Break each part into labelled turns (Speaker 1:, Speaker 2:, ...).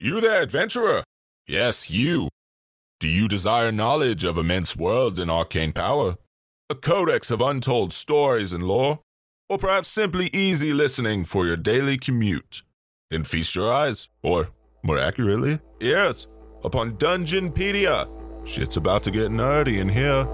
Speaker 1: You there, adventurer? Yes, you. Do you desire knowledge of immense worlds and arcane power? A codex of untold stories and lore? Or perhaps simply easy listening for your daily commute? Then feast your eyes, or more accurately, ears, upon Dungeonpedia. Shit's about to get nerdy in here.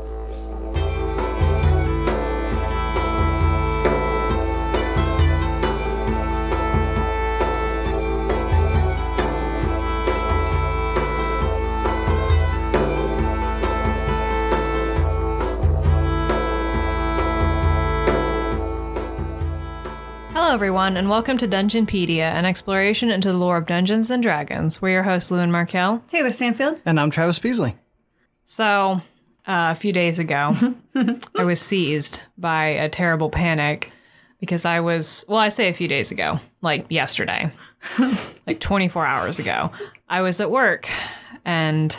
Speaker 2: Hello, everyone, and welcome to Dungeonpedia, an exploration into the lore of Dungeons and Dragons. We're your hosts, Lou and Markel.
Speaker 3: Taylor Stanfield.
Speaker 4: And I'm Travis Beasley.
Speaker 2: So, uh, a few days ago, I was seized by a terrible panic because I was, well, I say a few days ago, like yesterday, like 24 hours ago. I was at work and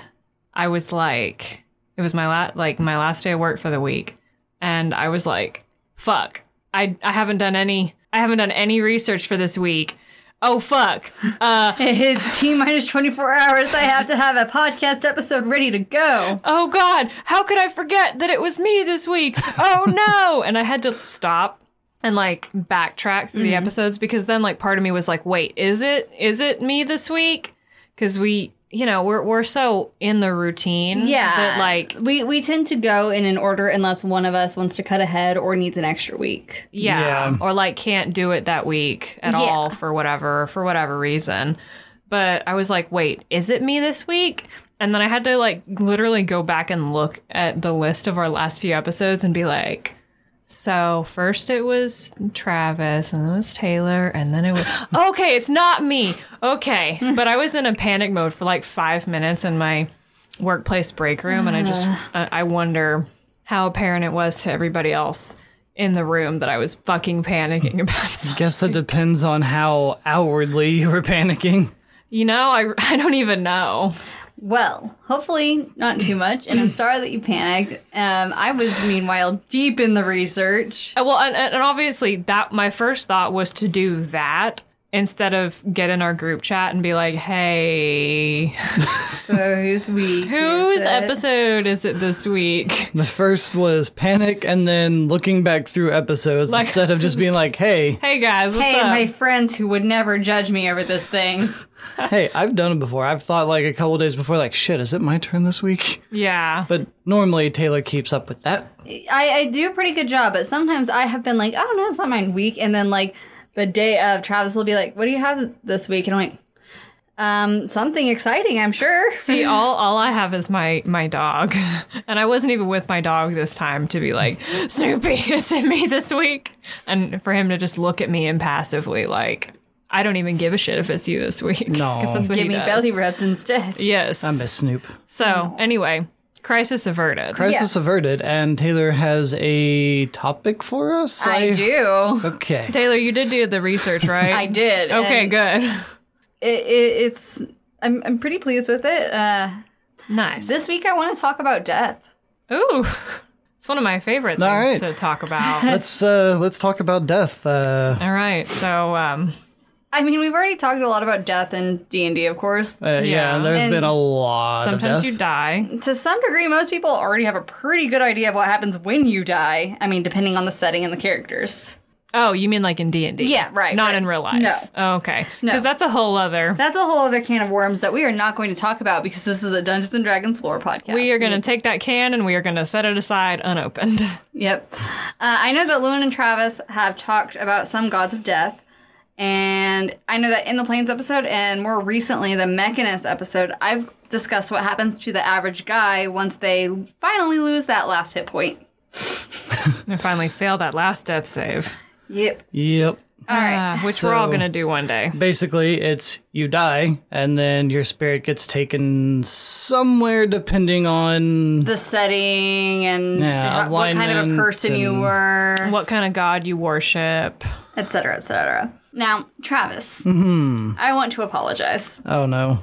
Speaker 2: I was like, it was my la- like my last day of work for the week and I was like, fuck. I I haven't done any I haven't done any research for this week. Oh fuck. Uh
Speaker 3: T minus 24 hours. I have to have a podcast episode ready to go.
Speaker 2: oh god how could i forget that it was me this week oh no and i had to stop and like backtrack through the episodes because then like part of me was like wait is it is it me this week because we you know we're, we're so in the routine
Speaker 3: Yeah.
Speaker 2: that like
Speaker 3: we we tend to go in an order unless one of us wants to cut ahead or needs an extra week.
Speaker 2: yeah,
Speaker 4: Yeah.
Speaker 2: or like can't do it that week at
Speaker 3: Yeah.
Speaker 2: all for whatever for whatever reason but i was like wait is it me this week and then i had to like literally go back and look at the list of our last few episodes and be like so first it was Travis, and then it was Taylor, and then it was okay. It's not me. Okay, but I was in a panic mode for like five minutes in my workplace break room, and I just I I wonder how apparent it was to everybody else in the room that I was fucking panicking about. something.
Speaker 4: Guess that depends on how outwardly you were panicking.
Speaker 2: You know, I I don't even know.
Speaker 3: Well, hopefully not too much. And I'm sorry that you panicked. Um, I was meanwhile deep in the research.
Speaker 2: Uh, Well, and, and and obviously that my first thought was to do that instead of get in our group chat and be like, hey,
Speaker 3: So who's week?
Speaker 2: whose
Speaker 3: is it?
Speaker 2: episode is it this week?
Speaker 4: The first was panic and then looking back through episodes
Speaker 2: Like-
Speaker 4: instead of just being like, hey,
Speaker 2: Hey guys, what's
Speaker 3: Hey,
Speaker 2: up?
Speaker 3: my friends who would never judge me over this thing.
Speaker 4: hey, I've done it before. I've thought like a couple days before, like, shit, is it my turn this week?
Speaker 2: yeah.
Speaker 4: But normally Taylor keeps up with that.
Speaker 3: I, I do a pretty good job, but sometimes I have been like, oh no, it's not mine week, and then like the day of, Travis will be like, what do you have this week? And I'm like, um, something exciting, I'm sure.
Speaker 2: See, all all I have is my my dog, and I wasn't even with my dog this time to be like Snoopy, is it me this week? And for him to just look at me impassively, like I don't even give a shit if it's you this week.
Speaker 4: No.
Speaker 2: 'Cause that's what
Speaker 3: Give
Speaker 2: he
Speaker 3: me
Speaker 2: does.
Speaker 3: belly rubs instead.
Speaker 2: Yes,
Speaker 4: I miss Snoop.
Speaker 2: so anyway, crisis averted.
Speaker 4: Crisis averted, and Taylor has a topic for us?
Speaker 3: I do.
Speaker 4: Okay.
Speaker 2: Taylor, you did do the research, right?
Speaker 3: I did.
Speaker 2: Okay,
Speaker 3: and
Speaker 2: good.
Speaker 3: It, it, it's I'm I'm pretty pleased with it. Uh,
Speaker 2: Nice.
Speaker 3: this week I want to talk about death.
Speaker 2: ooh, it's one of my favorite things
Speaker 4: All right.
Speaker 2: to talk about.
Speaker 4: Let's uh let's talk about death. Uh,
Speaker 2: All right, so um,
Speaker 3: I mean, we've already talked a lot about death in D and D, of course.
Speaker 4: uh, yeah,
Speaker 2: Yeah.
Speaker 4: there's
Speaker 3: And
Speaker 4: been a lot of
Speaker 2: sometimes
Speaker 4: death.
Speaker 2: you die.
Speaker 3: To some degree, most people already have a pretty good idea of what happens when you die. I mean, depending on the setting and the characters.
Speaker 2: Oh, you mean like in D and D?
Speaker 3: Yeah, right,
Speaker 2: Not
Speaker 3: right.
Speaker 2: in real life.
Speaker 3: No.
Speaker 2: Oh, okay.
Speaker 3: No.
Speaker 2: Because that's a whole other.
Speaker 3: That's a whole other can of worms that we are not going to talk about because this is a Dungeons and Dragons lore podcast.
Speaker 2: We are going to take that can and we are going to set it aside unopened.
Speaker 3: Yep. Uh, I know that Lewin and Travis have talked about some gods of death, and I know that in the Plains episode and more recently the Mechanist episode, I've discussed what happens to the average guy once they finally lose that last hit point.
Speaker 2: and finally fail that last death save,
Speaker 3: Yep.
Speaker 4: Yep.
Speaker 3: All right.
Speaker 2: uh, which we're all
Speaker 4: So-
Speaker 2: going to do one day.
Speaker 4: Basically, it's you die, and then your spirit gets taken somewhere depending on.
Speaker 3: The setting and
Speaker 4: Yeah,
Speaker 3: how- what kind of a
Speaker 4: alignment
Speaker 3: person you
Speaker 4: and-
Speaker 3: were,
Speaker 2: What kind of god you worship?
Speaker 3: et cetera, et cetera. Now, Travis,
Speaker 4: Mm-hmm.
Speaker 3: I want to apologize.
Speaker 4: Oh no.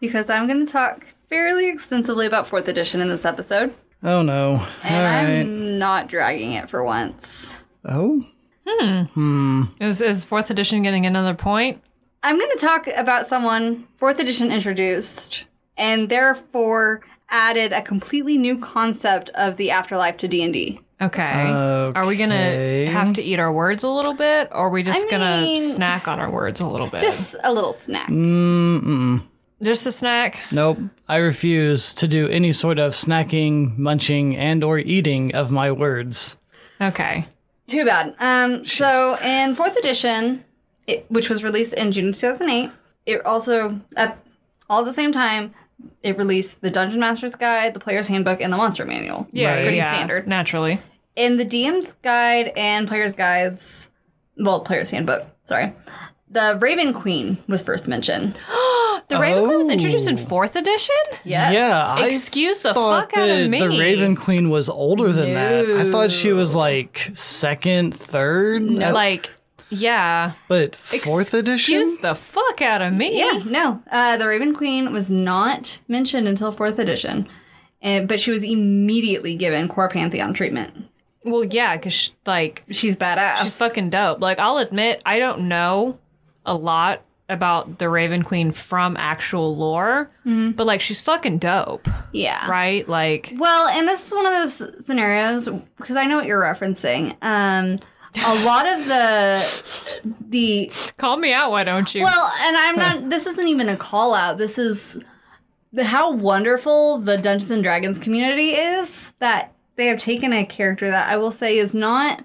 Speaker 3: because I'm going to talk fairly extensively about fourth edition in this episode,
Speaker 4: Oh no.
Speaker 3: and
Speaker 4: All right.
Speaker 3: I'm not dragging it for once.
Speaker 4: Oh?
Speaker 2: Is, is fourth edition getting another point?
Speaker 3: I'm going to talk about someone fourth edition introduced and therefore added a completely new concept of the afterlife to D&D.
Speaker 2: Okay. Are we gonna
Speaker 4: Okay.
Speaker 2: have to eat our words a little bit, or are we just
Speaker 3: I
Speaker 2: gonna
Speaker 3: mean-
Speaker 2: snack on our words a little bit?
Speaker 3: Just a little snack.
Speaker 4: Mm-mm.
Speaker 2: just a snack.
Speaker 4: Nope. I refuse to do any sort of snacking, munching, and or eating of my words.
Speaker 2: Okay.
Speaker 3: Too bad. Um, so in fourth edition, it, which was released in June 2008, it also at all at the same time it released the Dungeon Master's Guide, the Player's Handbook, and the Monster Manual.
Speaker 2: Yeah,
Speaker 4: Right.
Speaker 2: pretty
Speaker 4: Pretty
Speaker 3: standard.
Speaker 2: Naturally.
Speaker 3: In the DM's Guide and Player's Guides, well, Player's Handbook, sorry, the Raven Queen was first mentioned.
Speaker 2: The Raven Queen was
Speaker 4: Oh.
Speaker 2: introduced in fourth edition.
Speaker 3: Yes.
Speaker 4: Yeah, I
Speaker 2: Excuse the
Speaker 4: thought
Speaker 2: fuck out of
Speaker 4: that The
Speaker 2: me.
Speaker 4: Raven Queen was older than that. I thought she was like second, third, at-
Speaker 2: Like, yeah.
Speaker 4: but
Speaker 2: Excuse
Speaker 4: fourth edition.
Speaker 2: the fuck out of me.
Speaker 3: Yeah, no. Uh, the Raven Queen was not mentioned until fourth edition, uh, but she was immediately given core pantheon treatment.
Speaker 2: Well, yeah, because like
Speaker 3: She's badass.
Speaker 2: she's fucking dope. Like, I'll admit, I don't know a lot about the Raven Queen from actual lore,
Speaker 3: Mm-hmm.
Speaker 2: but like, she's fucking dope,
Speaker 3: yeah.
Speaker 2: right? Like,
Speaker 3: Well, and this is one of those scenarios because I know what you're referencing. Um, a lot of the the
Speaker 2: call me out, why don't you?
Speaker 3: well, and I'm not. This isn't even a call out. This is the- how wonderful the Dungeons and Dragons community is that they have taken a character that I will say is not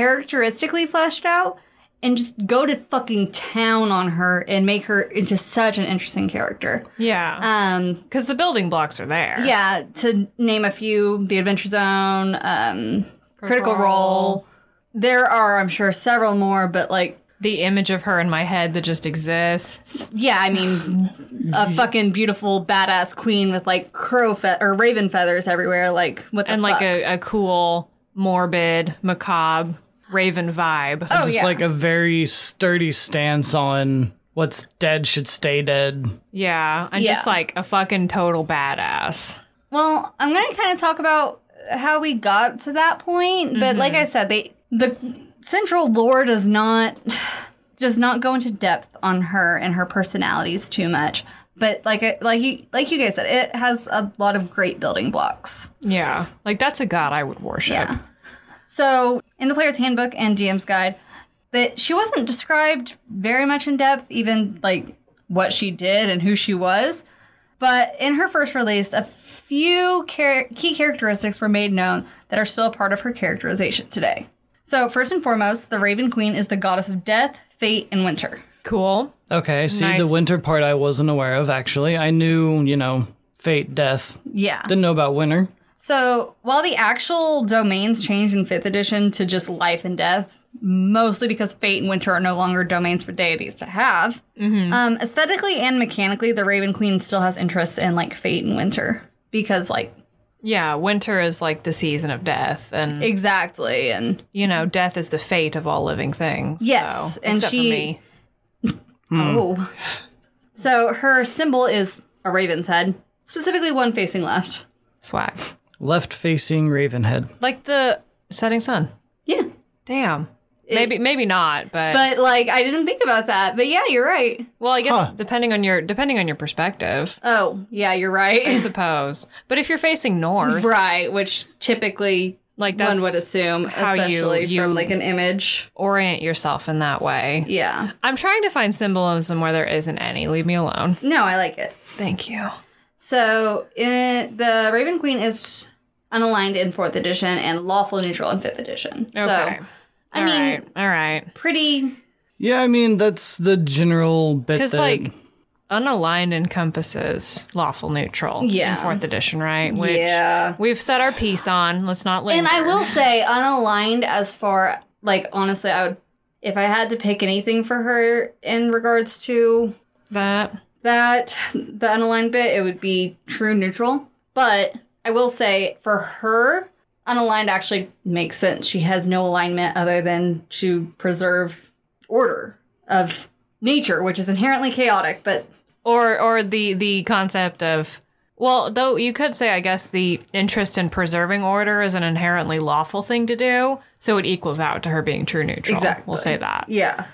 Speaker 3: characteristically fleshed out and just go to fucking town on her and make her into such an interesting character.
Speaker 2: yeah,
Speaker 3: Um,
Speaker 2: because the building blocks are there.
Speaker 3: yeah, to name a few, The Adventure Zone, um, Critical
Speaker 2: Role.
Speaker 3: Role. There are, I'm sure, several more, but like,
Speaker 2: the image of her in my head that just exists.
Speaker 3: yeah, I mean, a fucking beautiful badass queen with like crow fe- or raven feathers everywhere. Like, what the
Speaker 2: and like
Speaker 3: fuck?
Speaker 2: a, a cool, morbid, macabre raven vibe.
Speaker 3: oh
Speaker 4: Just
Speaker 3: yeah,
Speaker 4: like a very sturdy stance on what's dead should stay dead.
Speaker 2: Yeah, and just
Speaker 3: Yeah.
Speaker 2: like a fucking total badass.
Speaker 3: Well, I'm going to kind of talk about how we got to that point, but like
Speaker 2: Mm-hmm.
Speaker 3: I said, they the central lore does not does not go into depth on her and her personalities too much. But like I- like you like you guys said, it has a lot of great building blocks.
Speaker 2: Yeah, like that's a god I would worship.
Speaker 3: Yeah. So in the player's handbook and DM's guide, that she wasn't described very much in depth, even like what she did and who she was. But in her first release, a few char- key characteristics were made known that are still a part of her characterization today. So first and foremost, the Raven Queen is the goddess of death, fate, and winter.
Speaker 2: Cool.
Speaker 4: Okay, see
Speaker 2: Nice.
Speaker 4: the winter part I wasn't aware of actually. I knew, you know, fate, death.
Speaker 3: Yeah.
Speaker 4: Didn't know about winter.
Speaker 3: So while the actual domains changed in fifth edition to just life and death, mostly because fate and winter are no longer domains for deities to have, um, aesthetically and mechanically, the Raven Queen still has interests in like fate and winter because like
Speaker 2: Yeah, winter is like the season of death, and
Speaker 3: exactly and
Speaker 2: you know, death is the fate of all living things.
Speaker 3: Yes,
Speaker 2: so,
Speaker 3: and
Speaker 2: except
Speaker 3: she-
Speaker 2: for me.
Speaker 3: oh, so her symbol is a raven's head, specifically one facing left.
Speaker 2: swag
Speaker 4: Left facing Ravenhead.
Speaker 2: like the setting sun.
Speaker 3: Yeah,
Speaker 2: Damn. maybe maybe not, but,
Speaker 3: but like I didn't think about that, but yeah, you're right.
Speaker 2: well, I guess
Speaker 4: Huh.
Speaker 2: depending on your depending on your perspective,
Speaker 3: Oh yeah, you're
Speaker 2: I
Speaker 3: right.
Speaker 2: suppose. But if you're facing north,
Speaker 3: right, which typically
Speaker 2: like that's
Speaker 3: one would assume,
Speaker 2: how you-
Speaker 3: especially
Speaker 2: you-
Speaker 3: from like an image.
Speaker 2: orient yourself in that way.
Speaker 3: Yeah.
Speaker 2: I'm trying to find symbolism where there isn't any. Leave me alone.
Speaker 3: No, I like it.
Speaker 2: Thank you.
Speaker 3: So uh the Raven Queen is unaligned in fourth edition and lawful neutral in fifth edition. So
Speaker 2: Okay.
Speaker 3: I
Speaker 2: All
Speaker 3: mean,
Speaker 2: right. All right.
Speaker 3: pretty.
Speaker 4: Yeah, I mean that's the general bit.
Speaker 2: Because
Speaker 4: that-
Speaker 2: like unaligned encompasses lawful neutral.
Speaker 3: Yeah.
Speaker 2: In fourth edition, right? Which
Speaker 3: Yeah.
Speaker 2: We've set our piece on. Let's not linger.
Speaker 3: And I will say, unaligned as far like honestly, I would if I had to pick anything for her in regards to
Speaker 2: that.
Speaker 3: that the unaligned bit, it would be true neutral. But I will say for her, unaligned actually makes sense. She has no alignment other than to preserve order of nature, which is inherently chaotic, but
Speaker 2: Or or the the concept of well, though you could say I guess the interest in preserving order is an inherently lawful thing to do, so it equals out to her being true neutral.
Speaker 3: Exactly.
Speaker 2: We'll say that.
Speaker 3: yeah.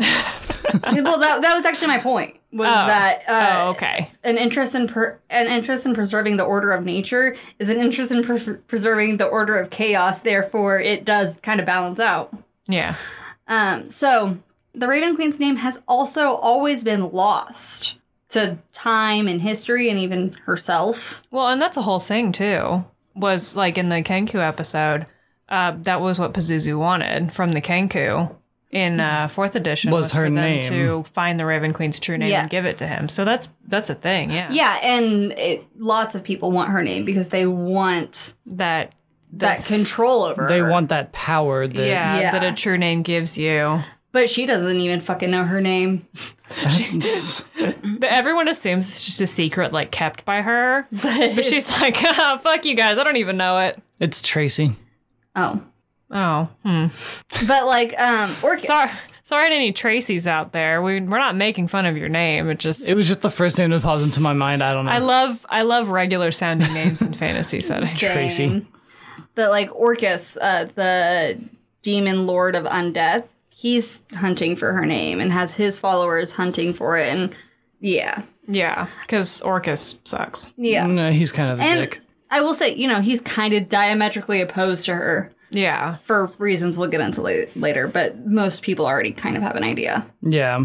Speaker 3: well, that, that was actually my point. Was
Speaker 2: Oh.
Speaker 3: that uh,
Speaker 2: oh, okay.
Speaker 3: an interest in per- an interest in preserving the order of nature is an interest in pre- preserving the order of chaos. Therefore, it does kind of balance out.
Speaker 2: Yeah.
Speaker 3: Um, so the Raven Queen's name has also always been lost to time and history, and even herself.
Speaker 2: Well, and that's a whole thing too. Was like in the Kenku episode, uh, that was what Pazuzu wanted from the Kenku in uh, fourth edition.
Speaker 4: Was her
Speaker 2: for them
Speaker 4: name.
Speaker 2: to find the Raven Queen's true name
Speaker 3: Yeah.
Speaker 2: and give it to him? So that's that's a thing. Yeah.
Speaker 3: Yeah, and it, lots of people want her name because they want
Speaker 2: That.
Speaker 3: that control over.
Speaker 4: They
Speaker 3: her.
Speaker 4: want that power that
Speaker 2: Yeah,
Speaker 3: Yeah.
Speaker 2: that a true name gives you.
Speaker 3: but she doesn't even fucking know her name.
Speaker 2: That everyone assumes it's just a secret, like kept by her. But, she's like, "Ah, "Fuck you guys! I don't even know it."
Speaker 4: it's Tracy.
Speaker 3: Oh,
Speaker 2: Oh, hmm.
Speaker 3: but like, um, Orchis.
Speaker 2: sorry, sorry to any Tracys out there. We we're not making fun of your name. It just
Speaker 4: It was just the first name that popped into my mind. I don't know.
Speaker 2: I love I love regular sounding names in fantasy settings.
Speaker 4: Tracy.
Speaker 3: Dang. But like Orcus, uh, the demon lord of undeath, he's hunting for her name and has his followers hunting for it. And yeah,
Speaker 2: Yeah, because Orcus sucks.
Speaker 3: yeah.
Speaker 4: No, he's kind of a
Speaker 3: And
Speaker 4: dick.
Speaker 3: I will say, you know, he's kind of diametrically opposed to her
Speaker 2: Yeah,
Speaker 3: for reasons we'll get into la- later, but most people already kind of have an idea.
Speaker 4: Yeah.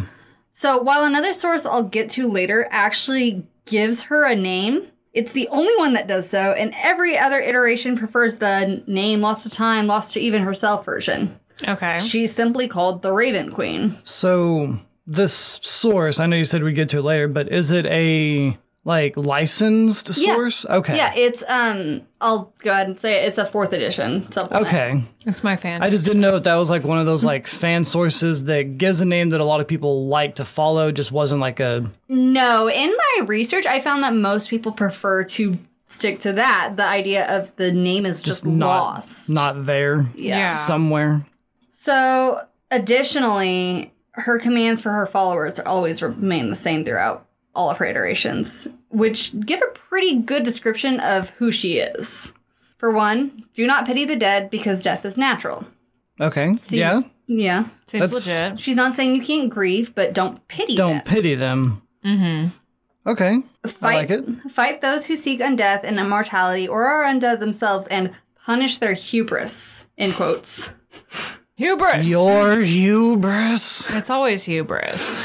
Speaker 3: So while another source I'll get to later actually gives her a name, it's the only one that does so, and every other iteration prefers the name lost to time, lost to even herself version.
Speaker 2: okay.
Speaker 3: She's simply called the Raven Queen.
Speaker 4: So this source, I know you said we'd get to it later, but is it a like licensed
Speaker 3: Yeah.
Speaker 4: source? Okay.
Speaker 3: Yeah, it's um I'll go ahead and say it. it's a fourth edition supplement.
Speaker 4: Okay.
Speaker 2: It's my fan.
Speaker 4: I just didn't know if that was like one of those like fan sources that gives a name that a lot of people like to follow. Just wasn't like a
Speaker 3: No, in my research I found that most people prefer to stick to that, the idea of the name is just,
Speaker 4: not
Speaker 3: lost.
Speaker 4: not there
Speaker 2: Yeah.
Speaker 4: somewhere.
Speaker 3: So additionally, her commands for her followers always remain the same throughout all of her iterations, which give a pretty good description of who she is. For one, do not pity the dead because death is natural.
Speaker 4: Okay.
Speaker 3: Seems-
Speaker 4: yeah.
Speaker 3: Yeah.
Speaker 2: Seems
Speaker 4: that's-
Speaker 2: legit.
Speaker 3: She's not saying you can't grieve, but don't pity
Speaker 4: Don't
Speaker 3: them.
Speaker 4: pity them. Mm-hmm. Okay.
Speaker 3: Fight,
Speaker 4: like it.
Speaker 3: Fight those who seek undeath and immortality or are undead themselves and punish their hubris, in quotes.
Speaker 2: Hubris.
Speaker 4: Your hubris.
Speaker 2: it's always hubris.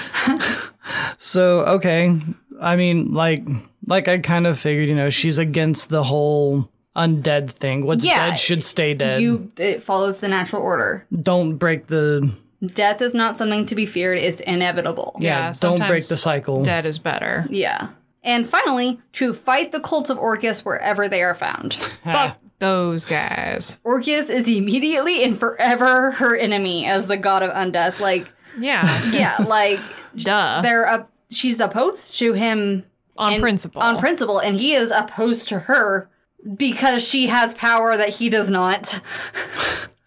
Speaker 4: So okay, I mean, like, like I kind of figured, you know, she's against the whole undead thing. What's
Speaker 3: Yeah,
Speaker 4: dead should stay dead.
Speaker 3: You, it follows the natural order.
Speaker 4: don't break the
Speaker 3: Death is not something to be feared, it's inevitable.
Speaker 2: Yeah,
Speaker 4: yeah. don't break
Speaker 2: sometimes
Speaker 4: the cycle.
Speaker 2: Dead is better.
Speaker 3: Yeah. And finally, to fight the cults of Orcus wherever they are found.
Speaker 2: Fuck those guys.
Speaker 3: Orcus is immediately and forever her enemy as the god of undeath. Like,
Speaker 2: Yeah.
Speaker 3: yeah, like
Speaker 2: Duh.
Speaker 3: they're up. She's opposed to him
Speaker 2: on
Speaker 3: and-
Speaker 2: principle.
Speaker 3: On principle, and he is opposed to her because she has power that he does not.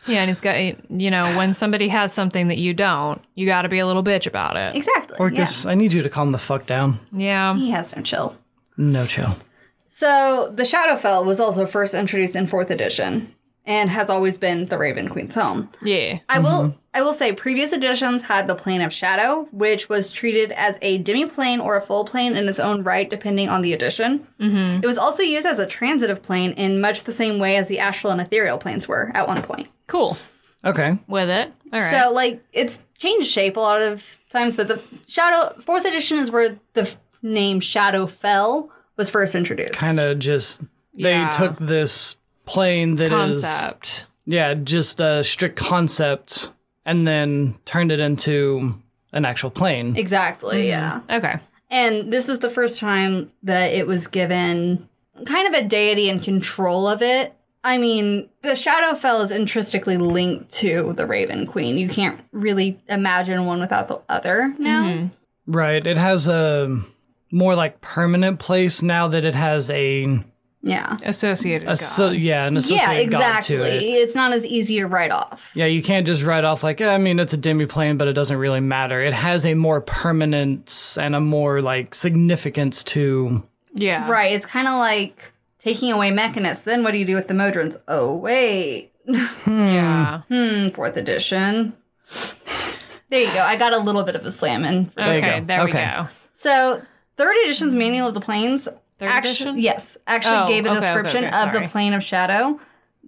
Speaker 2: Yeah, and he's got you know when somebody has something that you don't, you got to be a little bitch about it.
Speaker 3: Exactly.
Speaker 4: Orcus, I need you to calm the fuck down.
Speaker 2: Yeah.
Speaker 3: Yeah. He has no chill.
Speaker 4: No chill.
Speaker 3: So the Shadowfell was also first introduced in fourth edition and has always been the Raven Queen's home.
Speaker 2: Yeah.
Speaker 3: I will I will say previous editions had the plane of shadow, which was treated as a demi-plane or a full plane in its own right, depending on the edition. Mm-hmm. It was also used as a transitive plane in much the same way as the astral and ethereal planes were at one point.
Speaker 2: Cool
Speaker 4: Okay.
Speaker 2: with it. All right.
Speaker 3: So like it's changed shape a lot of times, but the shadow fourth edition is where the f- name Shadow Fell was first introduced.
Speaker 4: Kind of just they
Speaker 2: Yeah.
Speaker 4: took this plane that is
Speaker 2: Concept.
Speaker 4: yeah, just a strict concept, and then turned it into an actual plane.
Speaker 3: Exactly,
Speaker 4: Hmm.
Speaker 3: yeah.
Speaker 2: Okay.
Speaker 3: And this is the first time that it was given kind of a deity in control of it. I mean, the Shadowfell is intrinsically linked to the Raven Queen. You can't really imagine one without the other now.
Speaker 4: Mm-hmm. Right. It has a more like permanent place now that it has a,
Speaker 3: Yeah.
Speaker 2: Associated.
Speaker 4: a
Speaker 2: God.
Speaker 4: so, yeah an
Speaker 3: Yeah,
Speaker 4: associated god
Speaker 3: exactly.
Speaker 4: to it.
Speaker 3: It's not as easy to write off.
Speaker 4: Yeah, you can't just write off like "Eh, I mean it's a demiplane, but it doesn't really matter. It has a more permanence and a more like significance to.
Speaker 2: yeah.
Speaker 3: Right. It's kind of like taking away Mechanist. Then what do you do with the Modrons? Oh, wait.
Speaker 2: Yeah.
Speaker 3: Hmm, fourth edition. There you go. I got a little bit of a slam in.
Speaker 4: There you
Speaker 2: okay,
Speaker 4: go.
Speaker 2: there we
Speaker 4: Okay.
Speaker 2: go.
Speaker 3: So, third edition's Manual of the Planes.
Speaker 2: Third
Speaker 3: actu-
Speaker 2: edition?
Speaker 3: Yes, actually
Speaker 2: Oh,
Speaker 3: gave a
Speaker 2: okay, okay,
Speaker 3: description
Speaker 2: okay,
Speaker 3: of
Speaker 2: sorry.
Speaker 3: the Plane of Shadow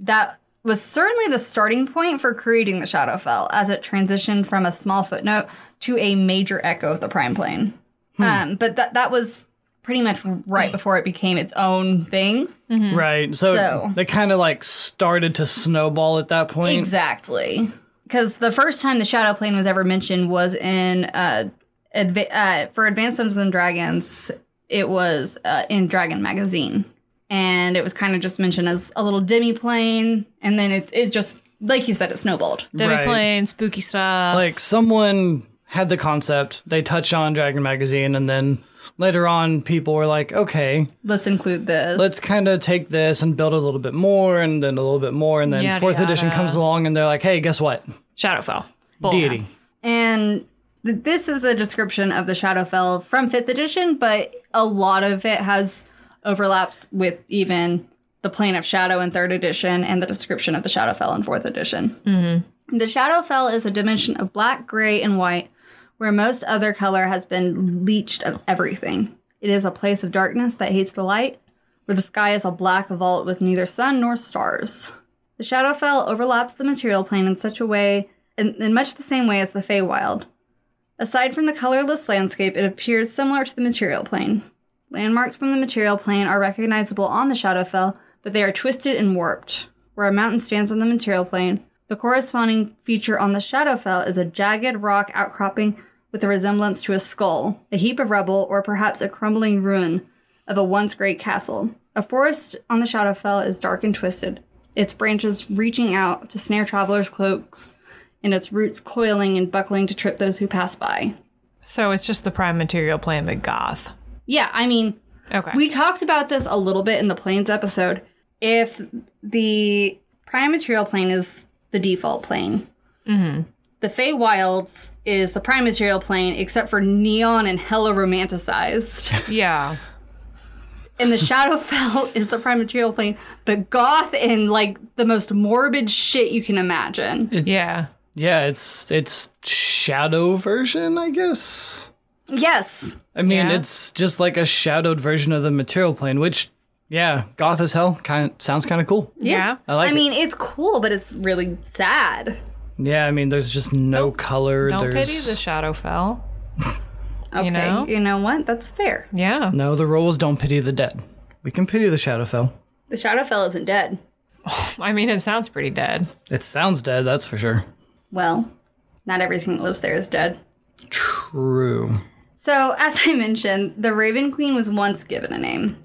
Speaker 3: that was certainly the starting point for creating the Shadowfell as it transitioned from a small footnote to a major echo of the Prime Plane.
Speaker 2: Hmm.
Speaker 3: Um, but that that was pretty much right before it became its own thing.
Speaker 4: Right. So,
Speaker 3: So-
Speaker 4: they kind of like started to snowball at that point.
Speaker 3: Exactly. Because the first time the Shadow Plane was ever mentioned was in uh, adva- uh for Advanced Dungeons and Dragons. It was uh, in Dragon Magazine, and it was kind of just mentioned as a little demi plane, and then it it just like you said, it snowballed.
Speaker 2: Demi
Speaker 4: Right.
Speaker 2: plane, spooky stuff.
Speaker 4: Like someone had the concept, they touched on Dragon Magazine, and then later on, people were like, okay,
Speaker 3: Let's include this.
Speaker 4: let's kind of take this and build a little bit more, and then a little bit more, and then
Speaker 2: Yada,
Speaker 4: fourth edition
Speaker 2: yada.
Speaker 4: comes along, and they're like, hey, guess what?
Speaker 2: Shadowfell. Boom.
Speaker 4: Deity.
Speaker 3: And th- this is a description of the Shadowfell from 5th edition, but a lot of it has overlaps with even the Plane of Shadow in 3rd edition and the description of the Shadowfell in 4th edition. Mm-hmm. The Shadowfell is a dimension of black, gray, and white where most other color has been leached of everything. It is a place of darkness that hates the light, where the sky is a black vault with neither sun nor stars. The Shadowfell overlaps the material plane in such a way, in, in much the same way as the Feywild. Aside from the colorless landscape, it appears similar to the material plane. Landmarks from the material plane are recognizable on the Shadowfell, but they are twisted and warped. Where a mountain stands on the material plane, the corresponding feature on the Shadowfell is a jagged rock outcropping with a resemblance to a skull, a heap of rubble, or perhaps a crumbling ruin of a once great castle. A forest on the Shadowfell is dark and twisted, its branches reaching out to snare travelers' cloaks, and its roots coiling and buckling to trip those who pass by.
Speaker 2: So it's just the prime material plane, but goth.
Speaker 3: Yeah, I mean,
Speaker 2: Okay.
Speaker 3: we talked about this a little bit in the planes episode. If the prime material plane is the default plane, the Fey Wilds is the prime material plane, except for neon and hella romanticized.
Speaker 2: yeah.
Speaker 3: and the Shadowfell is the prime material plane, but goth and like the most morbid shit you can imagine.
Speaker 2: Yeah.
Speaker 4: Yeah, it's it's shadow version, I guess.
Speaker 3: Yes.
Speaker 4: I mean,
Speaker 2: Yeah.
Speaker 4: it's just like a shadowed version of the material plane, which, yeah, goth as hell. Kind sounds kind of cool.
Speaker 2: Yeah.
Speaker 4: I like
Speaker 3: I
Speaker 4: it.
Speaker 3: mean, it's cool, but it's really sad.
Speaker 4: Yeah, I mean, there's just no color.
Speaker 2: Don't
Speaker 4: there's
Speaker 2: pity the Shadowfell.
Speaker 3: Okay. You know,
Speaker 2: know?
Speaker 3: what? That's fair.
Speaker 2: Yeah.
Speaker 4: no. The rules don't pity the dead. We can pity the Shadowfell.
Speaker 3: The Shadowfell isn't dead.
Speaker 2: I mean, it sounds pretty dead.
Speaker 4: It sounds dead, that's for sure.
Speaker 3: Well, not everything that lives there is dead.
Speaker 4: True.
Speaker 3: So, as I mentioned, the Raven Queen was once given a name.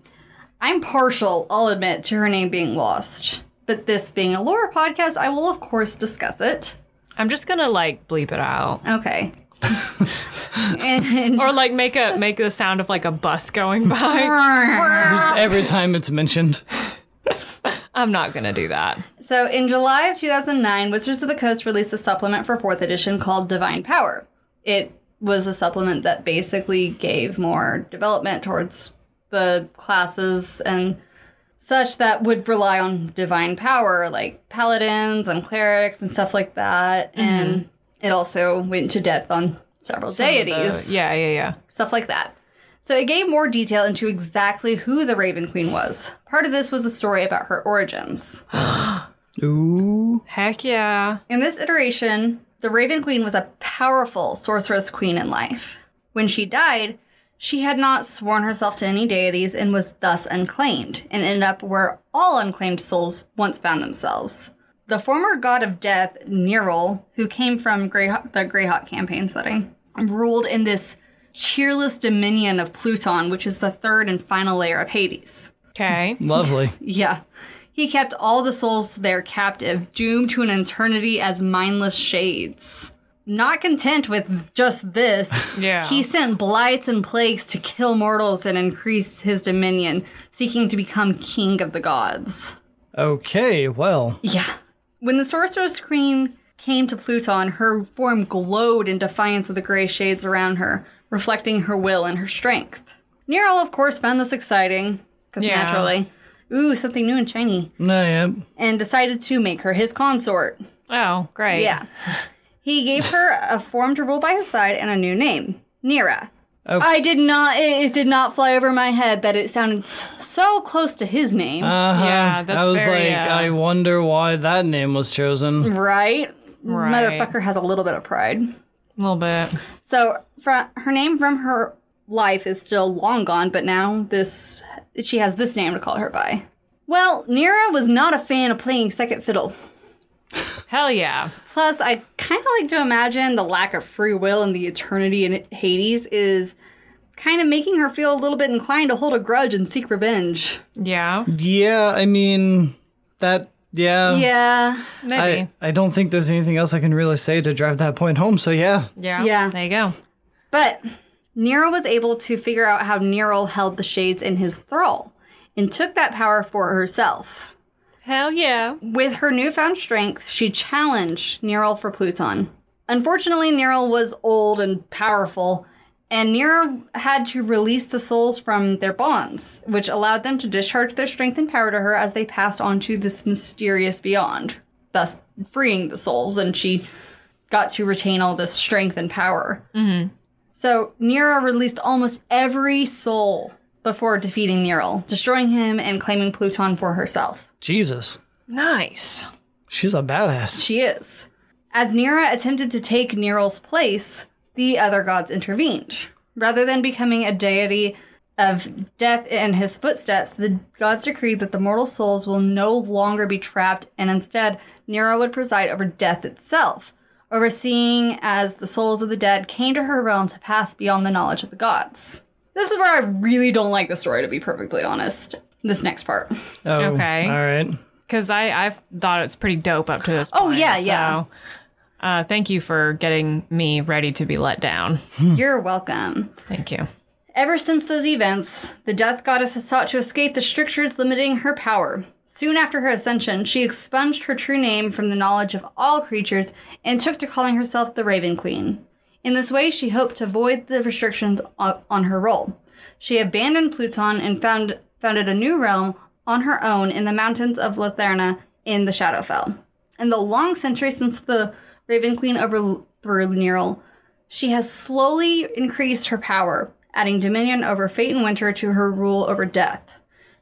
Speaker 3: I'm partial, I'll admit, to her name being lost. But this being a lore podcast, I will of course discuss it.
Speaker 2: I'm just gonna like bleep it out,
Speaker 3: Okay. and
Speaker 2: or like make a make the sound of like a bus going by.
Speaker 4: Just every time it's mentioned.
Speaker 2: I'm not gonna do that.
Speaker 3: So, in July of 2009, Wizards of the Coast released a supplement for 4th edition called Divine Power. It was a supplement that basically gave more development towards the classes and such that would rely on divine power, like paladins and clerics and stuff like that. And it also went to depth on several deities
Speaker 2: Uh, yeah, yeah, yeah.
Speaker 3: stuff like that. So it gave more detail into exactly who the Raven Queen was. Part of this was a story about her origins.
Speaker 4: Ooh.
Speaker 2: Heck yeah.
Speaker 3: In this iteration, the Raven Queen was a powerful sorceress queen in life. When she died, she had not sworn herself to any deities and was thus unclaimed, and ended up where all unclaimed souls once found themselves. The former god of death, Neril, who came from Grey- the Greyhawk campaign setting, ruled in this cheerless dominion of Pluton, which is the third and final layer of Hades.
Speaker 2: Okay.
Speaker 4: Lovely.
Speaker 3: Yeah. He kept all the souls there captive, doomed to an eternity as mindless shades. Not content with just this,
Speaker 2: Yeah.
Speaker 3: he sent blights and plagues to kill mortals and increase his dominion, seeking to become king of the gods.
Speaker 4: Okay, well.
Speaker 3: Yeah. When the Sorcerer's Queen came to Pluton, her form glowed in defiance of the gray shades around her, reflecting her will and her strength. Nerol, of course, found this exciting, because
Speaker 2: Yeah.
Speaker 3: naturally, ooh, something new and shiny
Speaker 4: No, yeah.
Speaker 3: and decided to make her his consort.
Speaker 2: Oh, great.
Speaker 3: Yeah. He gave her a form to rule by his side and a new name, Nira.
Speaker 4: Okay.
Speaker 3: I did not. It, it did not fly over my head that it sounded s- so close to his name,
Speaker 4: Uh-huh.
Speaker 2: Yeah,
Speaker 4: I
Speaker 2: that's
Speaker 4: was
Speaker 2: very,
Speaker 4: like,
Speaker 2: uh,
Speaker 4: I wonder why that name was chosen.
Speaker 3: right?
Speaker 2: Right.
Speaker 3: Motherfucker has a little bit of pride.
Speaker 2: A little bit.
Speaker 3: So fr- her name from her life is still long gone, but now this she has this name to call her by. Well, Nira was not a fan of playing second fiddle.
Speaker 2: Hell yeah.
Speaker 3: Plus, I kind of like to imagine the lack of free will and the eternity in Hades is kind of making her feel a little bit inclined to hold a grudge and seek revenge.
Speaker 2: Yeah.
Speaker 4: Yeah, I mean, that, yeah.
Speaker 3: Yeah.
Speaker 2: Maybe.
Speaker 4: I, I don't think there's anything else I can really say to drive that point home, so yeah.
Speaker 2: yeah.
Speaker 3: Yeah.
Speaker 2: There you go.
Speaker 3: But Nero was able to figure out how Nero held the shades in his thrall and took that power for herself.
Speaker 2: Hell yeah.
Speaker 3: With her newfound strength, she challenged Neril for Pluton. Unfortunately, Neril was old and powerful, and Nero had to release the souls from their bonds, which allowed them to discharge their strength and power to her as they passed on to this mysterious beyond, thus freeing the souls, and she got to retain all this strength and power. So Nero released almost every soul before defeating Neril, destroying him and claiming Pluton for herself.
Speaker 4: Jesus.
Speaker 2: Nice.
Speaker 4: She's a badass.
Speaker 3: She is. As Nera attempted to take Nero's place, the other gods intervened. Rather than becoming a deity of death in his footsteps, the gods decreed that the mortal souls will no longer be trapped, and instead, Nero would preside over death itself, overseeing as the souls of the dead came to her realm to pass beyond the knowledge of the gods. This is where I really don't like the story, to be perfectly honest. This next part.
Speaker 4: Oh,
Speaker 2: Okay.
Speaker 4: All right.
Speaker 2: Because I I thought it's pretty dope up to this. point.
Speaker 3: Oh, yeah, yeah.
Speaker 2: So, uh, thank you for getting me ready to be let down.
Speaker 3: You're welcome.
Speaker 2: Thank you.
Speaker 3: Ever since those events, the death goddess has sought to escape the strictures limiting her power. Soon after her ascension, she expunged her true name from the knowledge of all creatures and took to calling herself the Raven Queen. In this way, she hoped to void the restrictions o- on her role. She abandoned Pluton and found, founded a new realm on her own in the mountains of Latherna in the Shadowfell. In the long century since the Raven Queen overthrew Neril, she has slowly increased her power, adding dominion over fate and winter to her rule over death.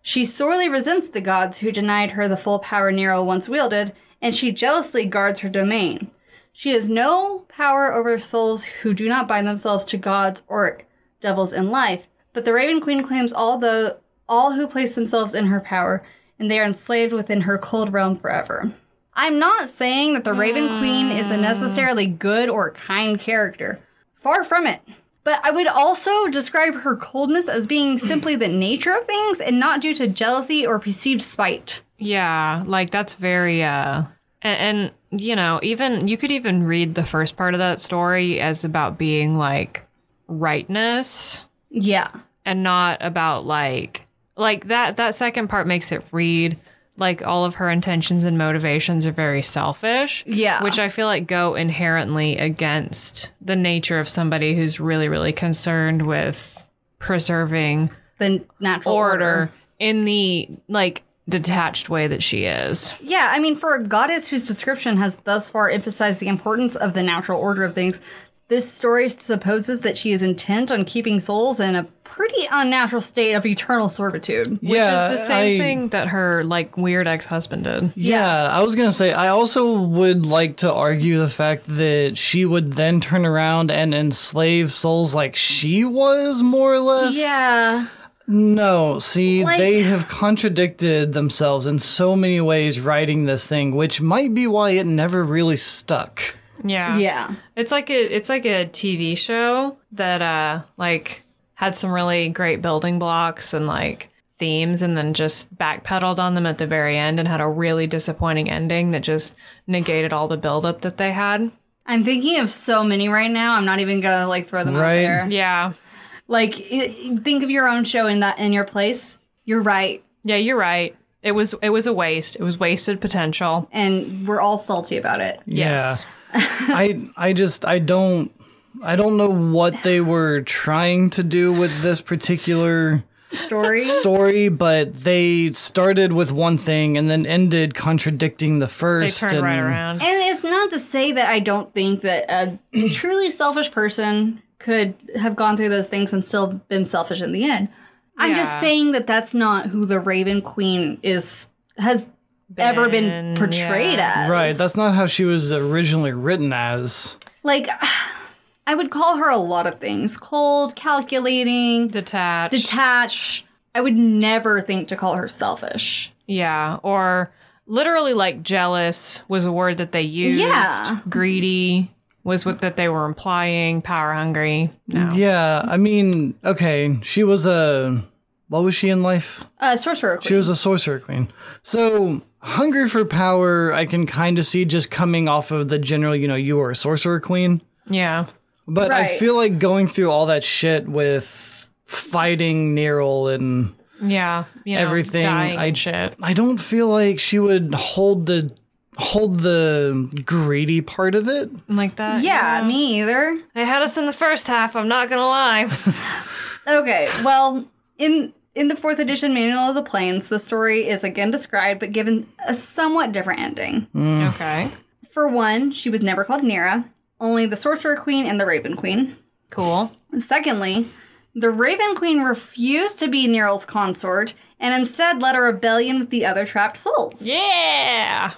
Speaker 3: She sorely resents the gods who denied her the full power Nero once wielded, and she jealously guards her domain. She has no power over souls who do not bind themselves to gods or devils in life, but the Raven Queen claims all the all who place themselves in her power, and they are enslaved within her cold realm forever. I'm not saying that the Raven Queen is a necessarily good or kind character. Far from it. But I would also describe her coldness as being simply the nature of things and not due to jealousy or perceived spite.
Speaker 2: Yeah, like that's very uh and, and you know, even you could even read the first part of that story as about being like rightness
Speaker 3: Yeah.
Speaker 2: and not about like like that that second part makes it read like all of her intentions and motivations are very selfish.
Speaker 3: Yeah.
Speaker 2: Which I feel like go inherently against the nature of somebody who's really really concerned with preserving
Speaker 3: The natural order.
Speaker 2: order in the like detached way that she is.
Speaker 3: Yeah, I mean, for a goddess whose description has thus far emphasized the importance of the natural order of things, this story supposes that she is intent on keeping souls in a pretty unnatural state of eternal servitude.
Speaker 4: yeah.
Speaker 2: Which is the same
Speaker 4: I-
Speaker 2: thing that her like weird ex husband did.
Speaker 4: Yeah, I was gonna say. I also would like to argue the fact that she would then turn around and enslave souls like she was, more or less.
Speaker 3: Yeah.
Speaker 4: No, see,
Speaker 3: Like-
Speaker 4: they have contradicted themselves in so many ways writing this thing, which might be why it never really stuck.
Speaker 2: Yeah.
Speaker 3: Yeah.
Speaker 2: It's like a it's like a TV show that uh like had some really great building blocks and like themes and then just backpedaled on them at the very end and had a really disappointing ending that just negated all the buildup that they had.
Speaker 3: I'm thinking of so many right now. I'm not even gonna like throw them
Speaker 4: Right.
Speaker 3: out there.
Speaker 2: Yeah.
Speaker 3: Like, i- think of your own show in that in your place. You're right,
Speaker 2: Yeah, you're right. It was it was a waste. It was wasted potential.
Speaker 3: and we're all salty about it.
Speaker 2: Yes.
Speaker 4: I I just I don't I don't know what they were trying to do with this particular
Speaker 3: story.
Speaker 4: story, but they started with one thing and then ended contradicting the
Speaker 2: They
Speaker 4: first.
Speaker 2: turned right
Speaker 4: and-
Speaker 2: around.
Speaker 3: And it's not to say that I don't think that a truly selfish person could have gone through those things and still been selfish in the end. I'm
Speaker 2: Yeah.
Speaker 3: just saying that that's not who the Raven Queen is has ever been
Speaker 2: Been,
Speaker 3: portrayed
Speaker 2: yeah.
Speaker 3: as.
Speaker 4: Right, that's not how she was originally written as.
Speaker 3: Like I would call her a lot of things: cold, calculating,
Speaker 2: Detached.
Speaker 3: detached. I would never think to call her selfish.
Speaker 2: yeah. Or literally like jealous was a word that they used.
Speaker 3: Yeah.
Speaker 2: Greedy was what that they were implying. Power hungry. No.
Speaker 4: Yeah, I mean, okay, she was a what was she in life?
Speaker 3: Uh, sorcerer queen.
Speaker 4: She was a sorcerer queen. So, hungry for power, I can kind of see just coming off of the general, you know, you were a sorcerer queen.
Speaker 2: Yeah.
Speaker 4: But I
Speaker 3: Right.
Speaker 4: feel like going through all that shit with fighting Neril and
Speaker 2: Yeah. You know,
Speaker 4: Everything
Speaker 2: Dying
Speaker 4: I-
Speaker 2: and shit.
Speaker 4: I don't feel like she would hold the hold the greedy part of it.
Speaker 2: Like that.
Speaker 3: yeah, me either.
Speaker 2: They had us in the first half. I'm not gonna lie.
Speaker 3: Okay, well, in in the fourth edition manual of the planes, the story is again described but given a somewhat different ending.
Speaker 2: Okay.
Speaker 3: For one, she was never called Nera, only the Sorcerer Queen and the Raven Queen.
Speaker 2: Cool.
Speaker 3: And secondly, the Raven Queen refused to be Neral's consort and instead led a rebellion with the other trapped souls.
Speaker 2: Yeah.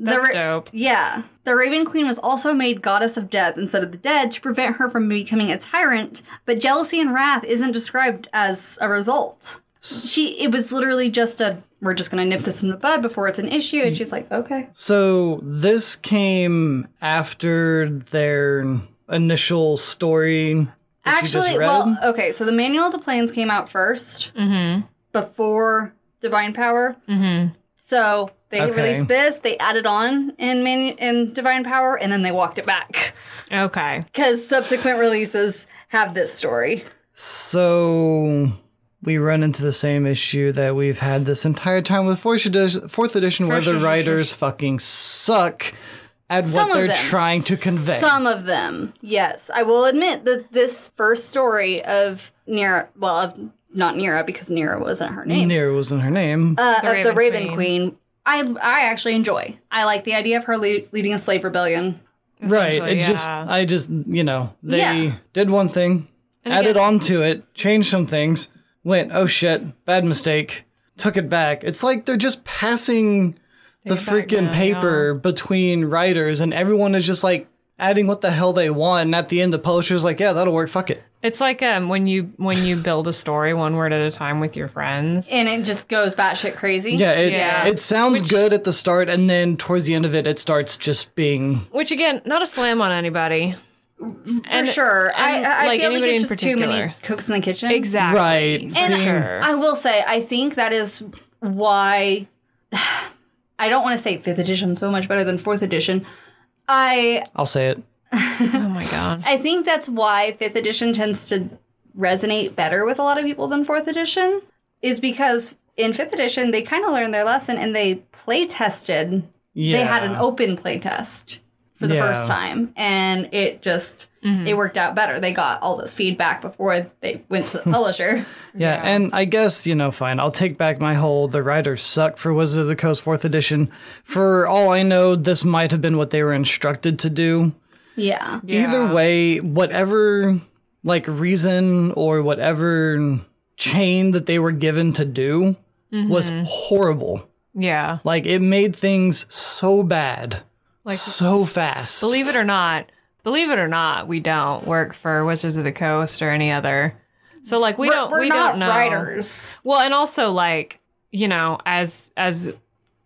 Speaker 2: That's
Speaker 3: ra-
Speaker 2: dope.
Speaker 3: Yeah. The Raven Queen was also made goddess of death instead of the dead to prevent her from becoming a tyrant, but jealousy and wrath isn't described as a result. She it was literally just a we're just gonna nip this in the bud before it's an issue, and she's like, Okay.
Speaker 4: So this came after their initial story. that you just
Speaker 3: Actually,
Speaker 4: read?
Speaker 3: well, okay, so the Manual of the Planes came out 1st
Speaker 2: Mm-hmm.
Speaker 3: before Divine Power. Mm-hmm. So they
Speaker 4: Okay.
Speaker 3: released this, they added on in manu- in Divine Power, and then they walked it back.
Speaker 2: Okay.
Speaker 3: Because subsequent releases have this story.
Speaker 4: So we run into the same issue that we've had this entire time with fourth edition, fourth edition where the
Speaker 2: edition,
Speaker 4: writers fucking suck at
Speaker 3: Some
Speaker 4: what
Speaker 3: of
Speaker 4: they're
Speaker 3: them.
Speaker 4: trying to convey.
Speaker 3: Some of them, yes. I will admit that this first story of Nera, well, of not Nera because Nera wasn't her name,
Speaker 4: Nero wasn't her name.
Speaker 3: uh, of the
Speaker 2: Raven
Speaker 3: Raven
Speaker 2: Queen.
Speaker 3: Queen. I I actually enjoy. I like the idea of her le- leading a slave rebellion.
Speaker 4: right. It
Speaker 2: essentially,
Speaker 4: just,
Speaker 2: yeah.
Speaker 4: I just, you know, they
Speaker 3: Yeah.
Speaker 4: did one thing, added
Speaker 2: again-
Speaker 4: on to it, changed some things, went, oh shit, bad mistake, took it back. It's like they're just passing the
Speaker 2: Take it back
Speaker 4: freaking
Speaker 2: now,
Speaker 4: paper between writers and everyone is just like adding what the hell they want. And at the end, the publisher's like, yeah, that'll work. Fuck it.
Speaker 2: It's like um when you when you build a story one word at a time with your friends.
Speaker 3: And it just goes batshit crazy.
Speaker 4: Yeah, it,
Speaker 2: Yeah.
Speaker 4: it sounds good at the start, and then towards the end of it, it starts just being.
Speaker 2: Which again, not a slam on anybody.
Speaker 3: for sure. I,
Speaker 2: and,
Speaker 3: I
Speaker 2: like,
Speaker 3: feel like
Speaker 2: anybody
Speaker 3: it's
Speaker 2: in
Speaker 3: just too many
Speaker 2: particular.
Speaker 3: cooks in the kitchen.
Speaker 2: Exactly.
Speaker 4: Right.
Speaker 3: And
Speaker 4: See?
Speaker 2: Sure.
Speaker 3: I will say, I think that is why I don't want to say fifth edition so much better than fourth edition. I
Speaker 4: I'll say it.
Speaker 2: oh my god.
Speaker 3: I think that's why fifth edition tends to resonate better with a lot of people than fourth edition, is because in fifth edition they kind of learned their lesson and they play tested. They had an
Speaker 4: Yeah.
Speaker 3: open play test for the
Speaker 4: Yeah.
Speaker 3: first time, and it just
Speaker 2: Mm-hmm.
Speaker 3: it worked out better. They got all this feedback before they went to the publisher.
Speaker 4: Yeah,
Speaker 2: Yeah.
Speaker 4: and I guess, you know, fine. I'll take back my whole the writers suck for Wizards of the Coast 4th edition. For all I know, this might have been what they were instructed to do.
Speaker 3: Yeah.
Speaker 4: Either
Speaker 2: Yeah.
Speaker 4: way, whatever like reason or whatever chain that they were given to do was
Speaker 2: Mm-hmm.
Speaker 4: horrible.
Speaker 2: Yeah.
Speaker 4: Like it made things so bad.
Speaker 2: Like-
Speaker 4: so fast.
Speaker 2: Believe it or not, believe it or not, we don't work for Wizards of the Coast or any other. So like we
Speaker 3: We're-
Speaker 2: don't
Speaker 3: we're
Speaker 2: we
Speaker 3: not
Speaker 2: don't know.
Speaker 3: writers.
Speaker 2: Well, and also like, you know, as as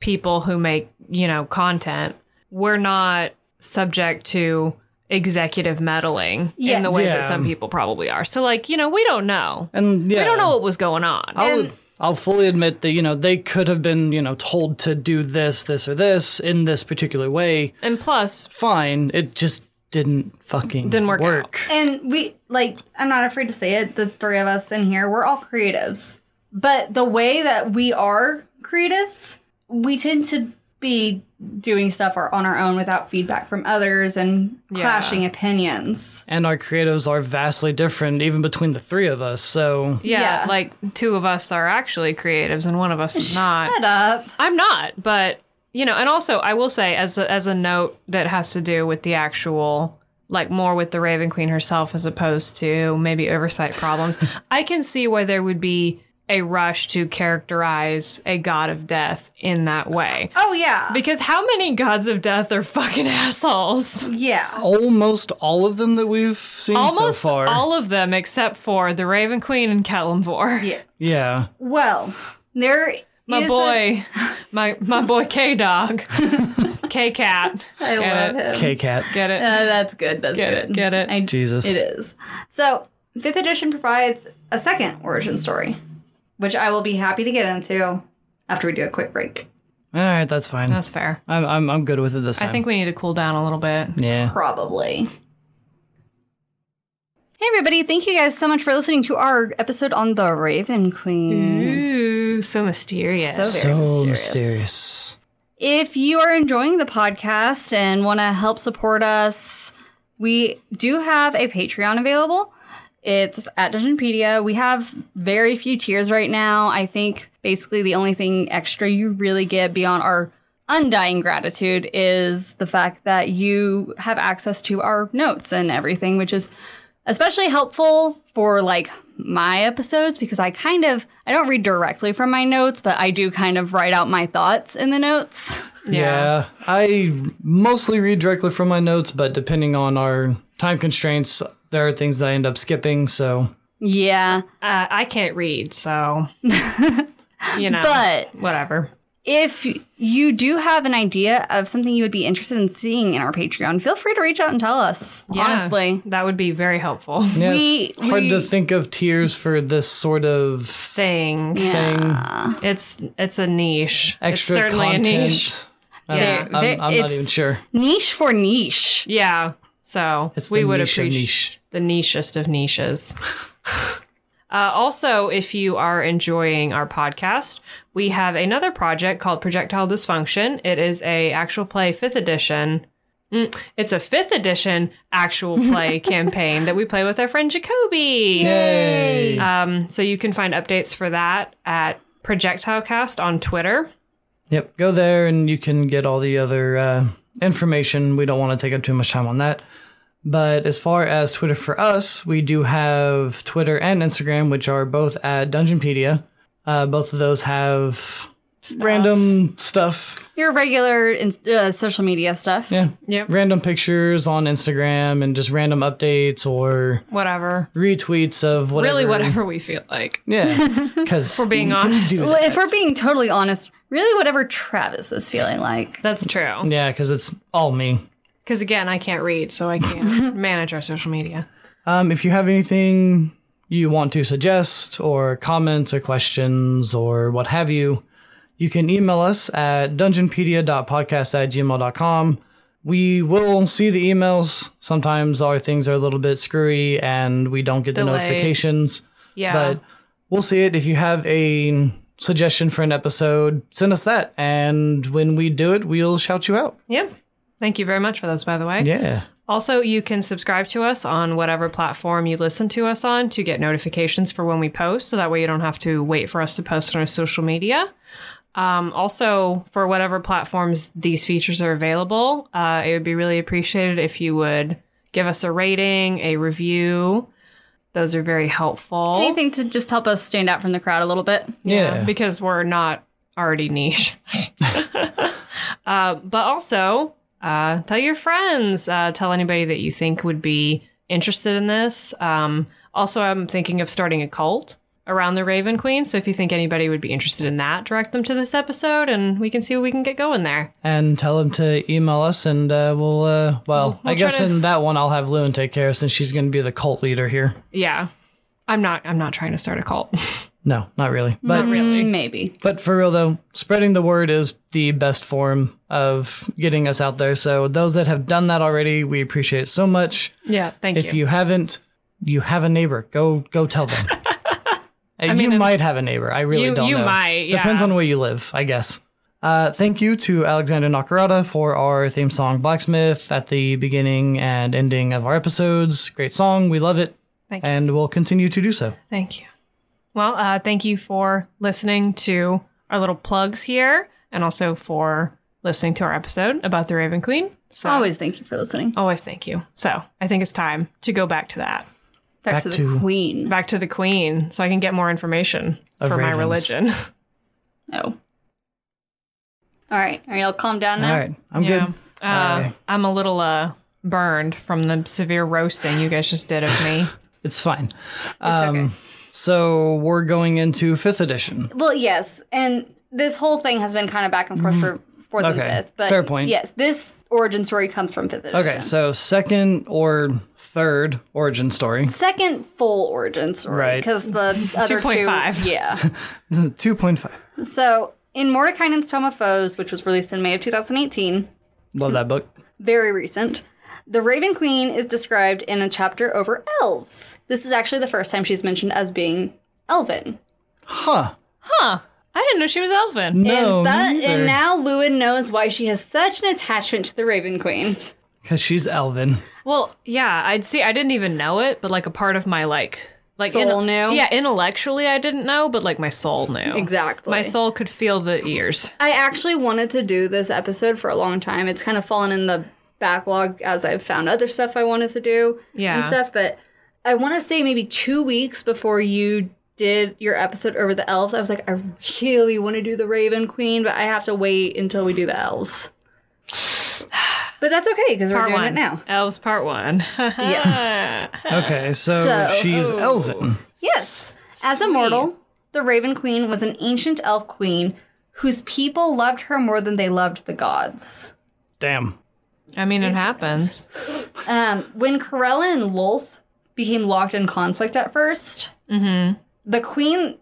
Speaker 2: people who make, you know, content, we're not subject to executive meddling in
Speaker 3: Yes.
Speaker 2: the way
Speaker 4: Yeah.
Speaker 2: that some people probably are. So like, you know, we don't know.
Speaker 4: and yeah,
Speaker 2: We don't know what was going on.
Speaker 3: Oh.
Speaker 4: I'll, I'll fully admit that, you know, they could have been, you know, told to do this, this, or this in this particular way.
Speaker 2: and plus,
Speaker 4: Fine. It just didn't fucking
Speaker 2: Didn't work
Speaker 3: And we like I'm not afraid to say it, the three of us in here, we're all creatives. But the way that we are creatives, we tend to be doing stuff or on our own without feedback from others and
Speaker 2: Yeah.
Speaker 3: clashing opinions.
Speaker 4: And our creatives are vastly different, even between the three of us. So
Speaker 2: Yeah,
Speaker 3: Yeah.
Speaker 2: like two of us are actually creatives and one of us is not.
Speaker 3: Shut up.
Speaker 2: I'm not, but you know, and also I will say as a, as a note that has to do with the actual like more with the Raven Queen herself as opposed to maybe oversight problems. I can see why there would be a rush to characterize a god of death in that way.
Speaker 3: Oh yeah.
Speaker 2: Because how many gods of death are fucking assholes? Oh,
Speaker 3: yeah.
Speaker 4: almost all of them that we've seen
Speaker 2: Almost
Speaker 4: so far.
Speaker 2: all of them except for the Raven Queen and Kalimvor.
Speaker 3: Yeah.
Speaker 4: yeah.
Speaker 3: Well, there
Speaker 2: My
Speaker 3: is a-
Speaker 2: boy, my my boy K Dog, K Cat.
Speaker 3: I love him.
Speaker 4: K Cat.
Speaker 2: Get it?
Speaker 3: Uh, that's good. That's
Speaker 2: Get it,
Speaker 3: good.
Speaker 2: get Mm-hmm. it.
Speaker 3: I,
Speaker 4: Jesus.
Speaker 3: It is. So, fifth edition provides a second origin story, which I will be happy to get into after we do a quick break.
Speaker 4: All right, that's fine.
Speaker 2: That's fair.
Speaker 4: I'm, I'm I'm good with it this time.
Speaker 2: I think we need to cool down a little bit.
Speaker 4: Yeah.
Speaker 3: Probably. Hey, everybody. Thank you guys so much for listening to our episode on the Raven
Speaker 2: Mm,
Speaker 3: Queen.
Speaker 2: Ooh, so mysterious.
Speaker 3: So very
Speaker 4: Mm-hmm.
Speaker 3: mysterious.
Speaker 4: So mysterious.
Speaker 3: If you are enjoying the podcast and want to help support us, we do have a Patreon available. It's at Dungeonpedia. We have very few tiers right now. I think basically the only thing extra you really get beyond our undying gratitude is the fact that you have access to our notes and everything, which is especially helpful for like my episodes because I kind of I don't read directly from my notes, but I do kind of write out my thoughts in the notes.
Speaker 4: Yeah. I mostly read directly from my notes, but depending on our time constraints, there are things that I end up skipping. So
Speaker 3: Yeah.
Speaker 2: Uh, I can't read, so you know.
Speaker 3: But-
Speaker 2: whatever.
Speaker 3: If you do have an idea of something you would be interested in seeing in our Patreon, feel free to reach out and tell us.
Speaker 2: Yeah,
Speaker 3: Honestly.
Speaker 2: that would be very helpful.
Speaker 4: yeah,
Speaker 3: We-
Speaker 4: it's hard to
Speaker 3: we-
Speaker 4: think of tiers for this sort of
Speaker 2: Thing.
Speaker 4: thing.
Speaker 2: It's it's a niche.
Speaker 4: Extra
Speaker 2: it's certainly
Speaker 4: content.
Speaker 2: a niche.
Speaker 4: I don't-
Speaker 2: Yeah.
Speaker 4: I'm,
Speaker 3: There-
Speaker 4: I'm
Speaker 3: it's-
Speaker 4: not even sure.
Speaker 3: Niche for niche.
Speaker 2: Yeah. So
Speaker 4: It's
Speaker 2: we
Speaker 4: the
Speaker 2: would
Speaker 4: niche of
Speaker 2: appreciate
Speaker 4: niche.
Speaker 2: the nichest of niches. Uh, also, if you are enjoying our podcast, we have another project called Projectile Dysfunction. It is a actual play fifth edition. Mm, It's a fifth edition actual play campaign that we play with our friend Jacoby.
Speaker 4: Yay!
Speaker 2: Um, so you can find updates for that at Projectilecast on Twitter.
Speaker 4: Yep, go there and you can get all the other uh, information. We don't want to take up too much time on that. But as far as Twitter for us, we do have Twitter and Instagram, which are both at Dungeonpedia. Uh, both of those have random stuff.
Speaker 3: Your regular in- uh, social media stuff.
Speaker 4: Yeah.
Speaker 2: Yep.
Speaker 4: Random pictures on Instagram and just random updates or
Speaker 2: Whatever.
Speaker 4: retweets of whatever.
Speaker 2: Really, whatever we feel like.
Speaker 4: Yeah. Because
Speaker 2: We're being honest.
Speaker 3: Well, if we're being totally honest, really whatever Travis is feeling like.
Speaker 2: That's true.
Speaker 4: Yeah, because it's all me.
Speaker 2: Because again, I can't read, so I can't manage our social media.
Speaker 4: Um, if you have anything you want to suggest, or comments, or questions, or what have you, you can email us at dungeonpedia.podcast at gmail.com. We will see the emails. Sometimes our things are a little bit screwy and we don't get
Speaker 2: Delayed.
Speaker 4: the notifications,
Speaker 2: Yeah.
Speaker 4: but we'll see it. If you have a suggestion for an episode, send us that. And when we do it, we'll shout you out.
Speaker 2: yep. Thank you very much for those, by the way.
Speaker 4: Yeah.
Speaker 2: Also, you can subscribe to us on whatever platform you listen to us on to get notifications for when we post, so that way you don't have to wait for us to post on our social media. Um, also, for whatever platforms these features are available, uh, it would be really appreciated if you would give us a rating, a review. Those are very helpful.
Speaker 4: Oh.
Speaker 3: Anything to just help us stand out from the crowd a little bit.
Speaker 4: Yeah.
Speaker 2: because we're not already niche. uh, but also, uh, tell your friends, uh, tell anybody that you think would be interested in this. Um, also, I'm thinking of starting a cult around the Raven Queen. So if you think anybody would be interested in that, direct them to this episode and we can see what we can get going there.
Speaker 4: and tell them to email us and uh, we'll uh, well i
Speaker 2: we'll try
Speaker 4: guess
Speaker 2: to-
Speaker 4: in that one i'll have lewin take care since she's going to be the cult leader here
Speaker 2: Yeah. I'm not I'm not trying to start a cult.
Speaker 4: no not really
Speaker 2: Mm-hmm.
Speaker 4: but
Speaker 2: really.
Speaker 3: Mm, Maybe.
Speaker 4: but for real though spreading the word is the best form of getting us out there so those that have done that already we appreciate it so much
Speaker 2: Yeah, thank
Speaker 4: if you haven't you have a neighbor go go tell them And
Speaker 2: mean,
Speaker 4: you
Speaker 2: and-
Speaker 4: might have a neighbor i really
Speaker 2: You-
Speaker 4: don't
Speaker 2: you
Speaker 4: know
Speaker 2: might,
Speaker 4: depends
Speaker 2: yeah.
Speaker 4: on where you live i guess Uh, thank you to Alexander Nakarada for our theme song Blacksmith at the beginning and ending of our episodes. Great song. We love it.
Speaker 2: Thank you.
Speaker 4: and we'll continue to do so.
Speaker 2: Thank you. Well, uh, thank you for listening to our little plugs here and also for listening to our episode about the Raven Queen. So,
Speaker 3: Always thank you for listening.
Speaker 2: always thank you. So, I think it's time to go back to that,
Speaker 3: Back,
Speaker 4: back
Speaker 3: to the
Speaker 4: to-
Speaker 3: queen.
Speaker 2: back to the Queen, so I can get more information
Speaker 4: Of
Speaker 2: for my
Speaker 4: ravens.
Speaker 2: religion.
Speaker 3: No. All Oh. right. Are y'all calmed down now?
Speaker 4: All right. I'm
Speaker 2: Yeah.
Speaker 4: good.
Speaker 2: Uh, I'm a little uh, burned from the severe roasting you guys just did of me.
Speaker 4: It's fine.
Speaker 3: It's
Speaker 4: um,
Speaker 3: okay.
Speaker 4: So we're going into fifth edition.
Speaker 3: Well, yes, and this whole thing has been kind of back and forth for fourth
Speaker 4: Mm-hmm. Okay,
Speaker 3: and fifth. But
Speaker 4: fair point.
Speaker 3: Yes, this origin story comes from fifth edition.
Speaker 4: Okay, so second or third origin story.
Speaker 3: Second full origin story
Speaker 4: Right.
Speaker 3: because the other two,
Speaker 2: 2.5.
Speaker 3: yeah.
Speaker 4: 2.5.
Speaker 3: So in Mordekainen's Tome of Foes, which was released in May of 2018,
Speaker 4: Love that book.
Speaker 3: very recent. The Raven Queen is described in a chapter over elves. This is actually the first time she's mentioned as being elven.
Speaker 4: Huh.
Speaker 2: Huh. I didn't know she was elven.
Speaker 4: No.
Speaker 3: and, that, and
Speaker 4: Because
Speaker 3: now Lewin knows why she has such an attachment to the Raven Queen.
Speaker 4: she's Elvin.
Speaker 2: Well, yeah, I'd see. I didn't even know it, but like a part of my like, like
Speaker 3: Soul knew?
Speaker 2: Yeah, intellectually I didn't know, but like my soul knew.
Speaker 3: Exactly.
Speaker 2: My soul could feel the ears.
Speaker 3: I actually wanted to do this episode for a long time. It's kind of fallen in the backlog as I've found other stuff I wanted to do and
Speaker 2: Yeah.
Speaker 3: stuff, but I want to say maybe two weeks before you did your episode over the elves, I was like, I really want to do the Raven Queen, but I have to wait until we do the elves. But that's okay because we're
Speaker 2: Part
Speaker 3: doing
Speaker 2: one. Ah,
Speaker 3: it now.
Speaker 2: Elves part one.
Speaker 3: Yeah.
Speaker 4: Okay, so,
Speaker 3: So-
Speaker 4: she's
Speaker 2: Oh.
Speaker 4: Elvin.
Speaker 3: Yes. As a mortal, the Raven Queen was an ancient elf queen whose people loved her more than they loved the gods.
Speaker 4: Damn.
Speaker 2: I mean, it happens.
Speaker 3: Um, when Corellin and Lolth became locked in conflict at 1st the queen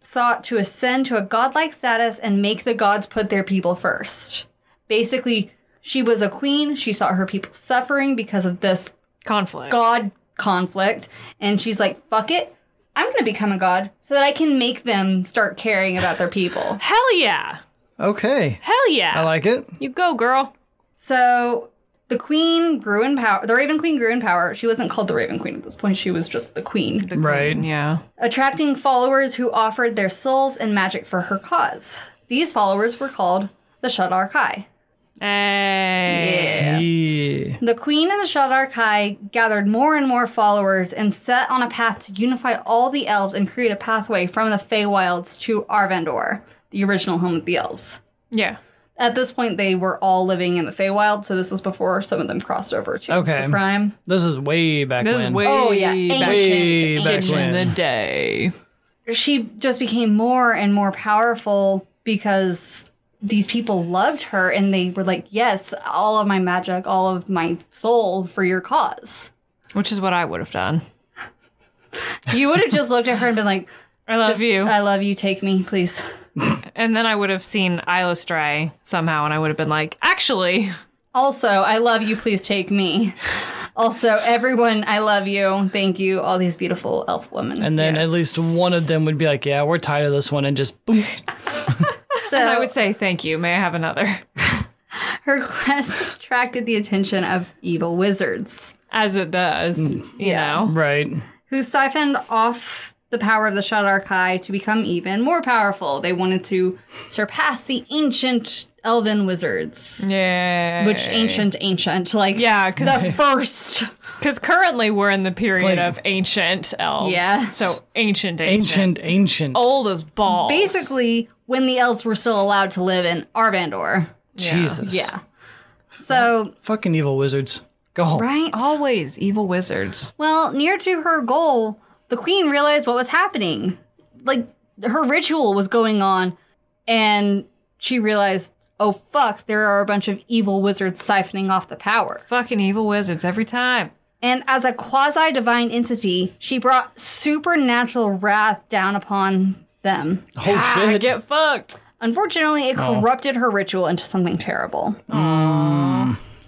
Speaker 3: sought to ascend to a godlike status and make the gods put their people first. Basically, she was a queen. She saw her people suffering because of this
Speaker 2: Conflict.
Speaker 3: god conflict, and she's like, "Fuck it, I'm gonna become a god so that I can make them start caring about their people."
Speaker 2: Hell yeah.
Speaker 4: Okay.
Speaker 2: Hell
Speaker 4: I
Speaker 2: yeah.
Speaker 4: like it.
Speaker 2: you go, girl.
Speaker 3: So the queen grew in power. The Raven Queen grew in power. She wasn't called the Raven Queen at this point. She was just the queen.
Speaker 4: Right.
Speaker 2: Yeah.
Speaker 3: attracting followers who offered their souls and magic for her cause. These followers were called the Shadar Kai.
Speaker 2: Hey.
Speaker 4: Yeah.
Speaker 3: The queen and the Shadar Kai gathered more and more followers and set on a path to unify all the elves and create a pathway from the Feywilds to Arvandor, the original home of the elves.
Speaker 2: Yeah.
Speaker 3: At this point, they were all living in the Feywild, so this was before some of them crossed over to
Speaker 4: Okay.
Speaker 3: the Prime.
Speaker 4: This is way back
Speaker 2: This
Speaker 4: when.
Speaker 2: is way
Speaker 3: Oh yeah,
Speaker 2: back
Speaker 3: ancient,
Speaker 4: Way back
Speaker 3: ancient.
Speaker 4: when.
Speaker 2: in the day.
Speaker 3: she just became more and more powerful because these people loved her and they were like, Yes, all of my magic, all of my soul for your cause.
Speaker 2: Which is what I would have done.
Speaker 3: You would have just looked at her and been like,
Speaker 2: I love
Speaker 3: "Just- uh,
Speaker 2: you.
Speaker 3: I love you, take me, please.
Speaker 2: and then I would have seen Isla Stray somehow, and I would have been like, actually,
Speaker 3: Also, I love you, please take me. Also, everyone, I love you. Thank you, all these beautiful elf women.
Speaker 4: And then
Speaker 2: Yes.
Speaker 4: at least one of them would be like, "Yeah, we're tired of this one," and just boom.
Speaker 3: so,
Speaker 2: I would say thank you. May I have another?
Speaker 3: her quest attracted the attention of evil wizards.
Speaker 2: As it does,
Speaker 4: Mm.
Speaker 2: you know.
Speaker 4: Right.
Speaker 3: who siphoned off the power of the Shadar Kai to become even more powerful. They wanted to surpass the ancient elven wizards.
Speaker 2: Yeah.
Speaker 3: Which ancient, ancient, like
Speaker 2: Yeah,
Speaker 3: the
Speaker 2: because
Speaker 3: first.
Speaker 2: currently we're in the period
Speaker 4: Like-
Speaker 2: of ancient elves.
Speaker 3: Yes.
Speaker 2: So ancient, ancient,
Speaker 4: Ancient, ancient.
Speaker 3: Oh,
Speaker 2: old as balls.
Speaker 3: Basically, when the elves were still allowed to live in Arvandor.
Speaker 4: Jesus.
Speaker 3: Yeah. So,
Speaker 4: Fucking evil wizards. Go home.
Speaker 3: right?
Speaker 2: always evil wizards.
Speaker 3: Well, near to her goal, the queen realized what was happening. Like, her ritual was going on, and she realized, oh fuck, there are a bunch of evil wizards siphoning off the power.
Speaker 2: Fucking evil wizards every time.
Speaker 3: And as a quasi divine entity, she brought supernatural wrath down upon them.
Speaker 4: Oh
Speaker 2: I
Speaker 4: shit.
Speaker 2: get fucked.
Speaker 3: Unfortunately, it
Speaker 4: Oh.
Speaker 3: corrupted her ritual into something terrible.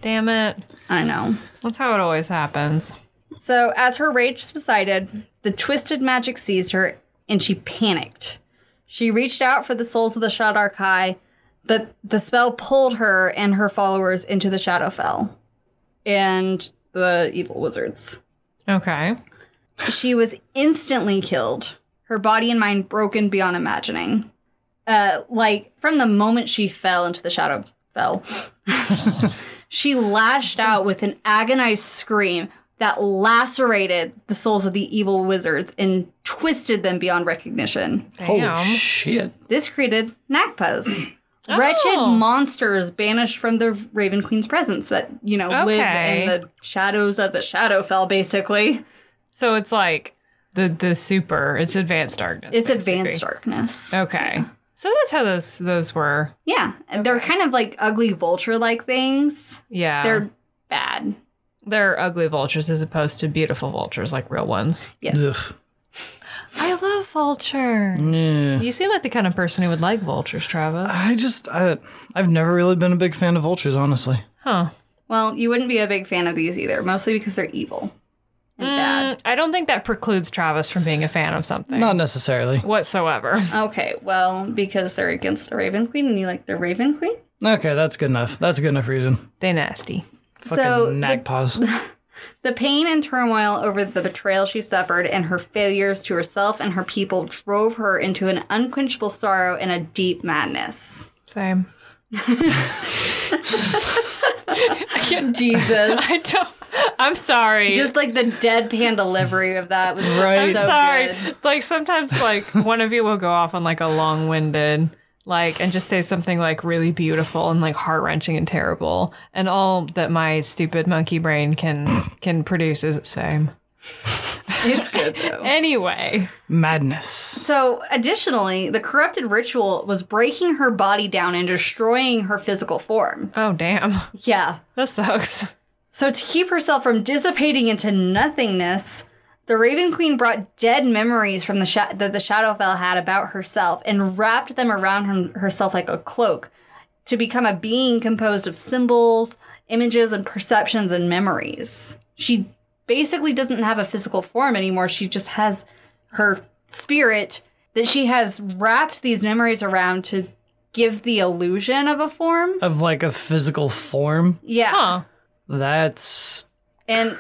Speaker 2: Damn it.
Speaker 3: I know.
Speaker 2: That's how it always happens.
Speaker 3: So, as her rage subsided, the twisted magic seized her and she panicked. She reached out for the souls of the Shadar Kai But the spell pulled her and her followers into the Shadowfell and the evil wizards.
Speaker 2: Okay.
Speaker 3: She was instantly killed, her body and mind broken beyond imagining. Uh, like from the moment she fell into the shadow fell, she lashed out with an agonized scream that lacerated the souls of the evil wizards and twisted them beyond recognition.
Speaker 2: Damn.
Speaker 4: Holy shit.
Speaker 3: This created Nakpas, wretched
Speaker 2: Oh.
Speaker 3: monsters banished from the Raven Queen's presence that, you know,
Speaker 2: Okay.
Speaker 3: live in the shadows of the Shadowfell, basically.
Speaker 2: so it's like the the super. It's advanced darkness.
Speaker 3: It's
Speaker 2: basically.
Speaker 3: advanced darkness.
Speaker 2: Okay. So that's how those those were.
Speaker 3: Yeah. and They're
Speaker 2: Okay. Uh-huh.
Speaker 3: kind of like ugly vulture like things.
Speaker 2: Yeah.
Speaker 3: They're bad.
Speaker 2: they're ugly vultures as opposed to beautiful vultures like real ones.
Speaker 3: Yes.
Speaker 4: Ugh.
Speaker 2: I love vultures.
Speaker 4: Yeah.
Speaker 2: You seem like the kind of person who would like vultures, Travis.
Speaker 4: Mm. I just, I, I've never really been a big fan of vultures, honestly.
Speaker 2: Huh.
Speaker 3: Well, you wouldn't be a big fan of these either, mostly because they're evil and bad.
Speaker 2: Mm, I don't think that precludes Travis from being a fan of something
Speaker 4: Not necessarily.
Speaker 2: whatsoever.
Speaker 3: Okay, well, because they're against the Raven Queen and you like the Raven Queen?
Speaker 4: Okay, that's good enough. That's a good enough reason.
Speaker 2: They nasty.
Speaker 4: Fucking
Speaker 3: so the
Speaker 4: nag paws.
Speaker 3: The pain and turmoil over the betrayal she suffered and her failures to herself and her people drove her into an unquenchable sorrow and a deep madness.
Speaker 2: Same.
Speaker 3: Jesus.
Speaker 2: I don't. I'm sorry.
Speaker 3: Just like the deadpan delivery of that was
Speaker 4: Right.
Speaker 3: right.
Speaker 2: I'm
Speaker 3: so
Speaker 2: sorry.
Speaker 3: good.
Speaker 2: Like sometimes, like one of you will go off on like a long-winded, like, and just say something like really beautiful and like heart-wrenching and terrible, and all that my stupid monkey brain can can produce is the same.
Speaker 3: It's good though.
Speaker 2: Anyway,
Speaker 4: Madness.
Speaker 3: So, additionally, the corrupted ritual was breaking her body down and destroying her physical form.
Speaker 2: oh damn,
Speaker 3: Yeah.
Speaker 2: that sucks.
Speaker 3: So, to keep herself from dissipating into nothingness, the Raven Queen brought dead memories from the sha- that the Shadowfell had about herself and wrapped them around him- herself like a cloak to become a being composed of symbols, images, and perceptions and memories. She basically doesn't have a physical form anymore. She just has her spirit that she has wrapped these memories around to give the illusion of a form.
Speaker 4: Of like a physical form.
Speaker 3: Yeah.
Speaker 2: Huh?
Speaker 4: That's
Speaker 3: And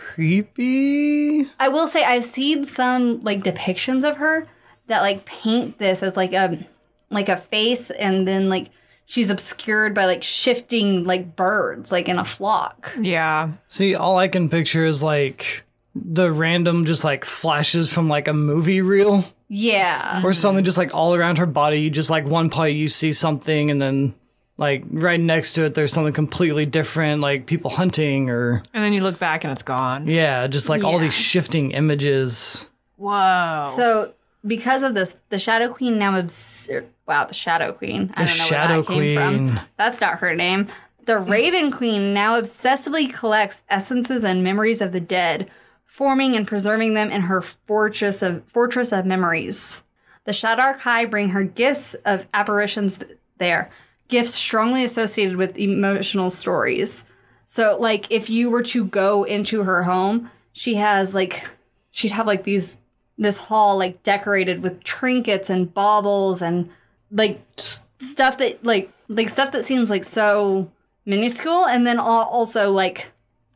Speaker 4: creepy.
Speaker 3: I will say I've seen some like depictions of her that like paint this as like a like a face and then like she's obscured by like shifting like birds like in a flock.
Speaker 2: Yeah.
Speaker 4: See, all I can picture is like the random just like flashes from like a movie reel
Speaker 3: Yeah.
Speaker 4: or something just like all around her body. Just like one part you see something and then like right next to it there's something completely different, like people hunting or
Speaker 2: And then you look back and it's gone.
Speaker 4: yeah, just like all
Speaker 3: Yeah.
Speaker 4: these shifting images.
Speaker 2: Whoa.
Speaker 3: So because of this, the Shadow Queen now obs- er, wow, the Shadow Queen. I
Speaker 4: The
Speaker 3: don't know
Speaker 4: Shadow
Speaker 3: where that came
Speaker 4: Queen.
Speaker 3: from. That's not her name. The Raven Queen now obsessively collects essences and memories of the dead, forming and preserving them in her fortress of fortress of memories. The Shadar Kai bring her gifts of apparitions th- there, gifts strongly associated with emotional stories. So, like, if you were to go into her home, she has like, she'd have like these, this hall like decorated with trinkets and baubles and like s- stuff that like like stuff that seems like so minuscule, and then al- also like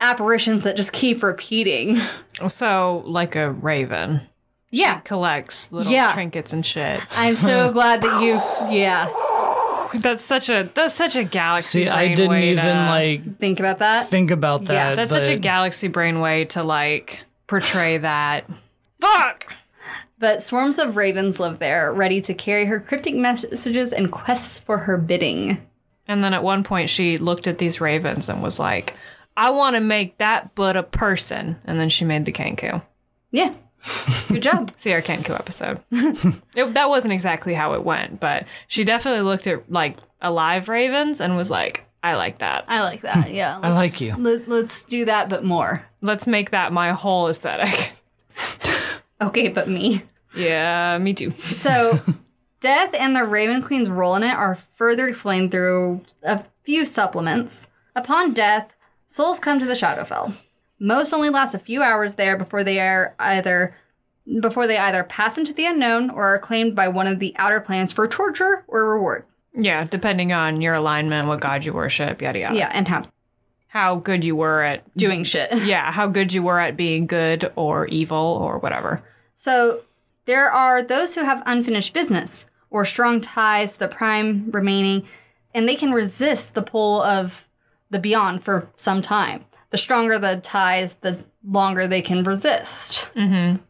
Speaker 3: apparitions that just keep repeating.
Speaker 2: so like a raven
Speaker 3: Yeah,
Speaker 2: collects little
Speaker 3: Yeah.
Speaker 2: trinkets and shit.
Speaker 3: I'm so glad that you. Yeah,
Speaker 2: That's such a that's such a galaxy.
Speaker 4: See, I
Speaker 2: brain
Speaker 4: didn't
Speaker 2: way
Speaker 4: even
Speaker 2: to-
Speaker 3: uh,
Speaker 4: like
Speaker 3: think about that.
Speaker 4: think about that.
Speaker 2: Yeah, that's such a
Speaker 4: but-
Speaker 2: galaxy brain way to like portray that. Fuck.
Speaker 3: But swarms of ravens live there, ready to carry her cryptic messages and quests for her bidding.
Speaker 2: And then at one point she looked at these ravens and was like, "I want to make that but a person." And then she made the Kenku.
Speaker 3: Yeah. Good job.
Speaker 2: See our Kenku episode. it, that wasn't exactly how it went, but she definitely looked at like alive ravens and was like, "I like that.
Speaker 3: I like that. Yeah.
Speaker 4: I like you.
Speaker 3: Let, let's do that, but more.
Speaker 2: Let's make that my whole aesthetic."
Speaker 3: Okay, but me.
Speaker 2: yeah, me too.
Speaker 3: So, Death and the Raven Queen's role in it are further explained through a few supplements. Upon death, souls come to the Shadowfell. Most only last a few hours there before they are either before they either pass into the unknown or are claimed by one of the outer planes for torture or reward.
Speaker 2: Yeah, depending on your alignment, what god you worship, yada yada.
Speaker 3: Yeah, and how
Speaker 2: How good you were at
Speaker 3: doing shit.
Speaker 2: yeah, how good you were at being good or evil or whatever.
Speaker 3: So there are those who have unfinished business or strong ties to the prime remaining, and they can resist the pull of the beyond for some time. The stronger the ties, the longer they can resist.
Speaker 2: Mm-hmm.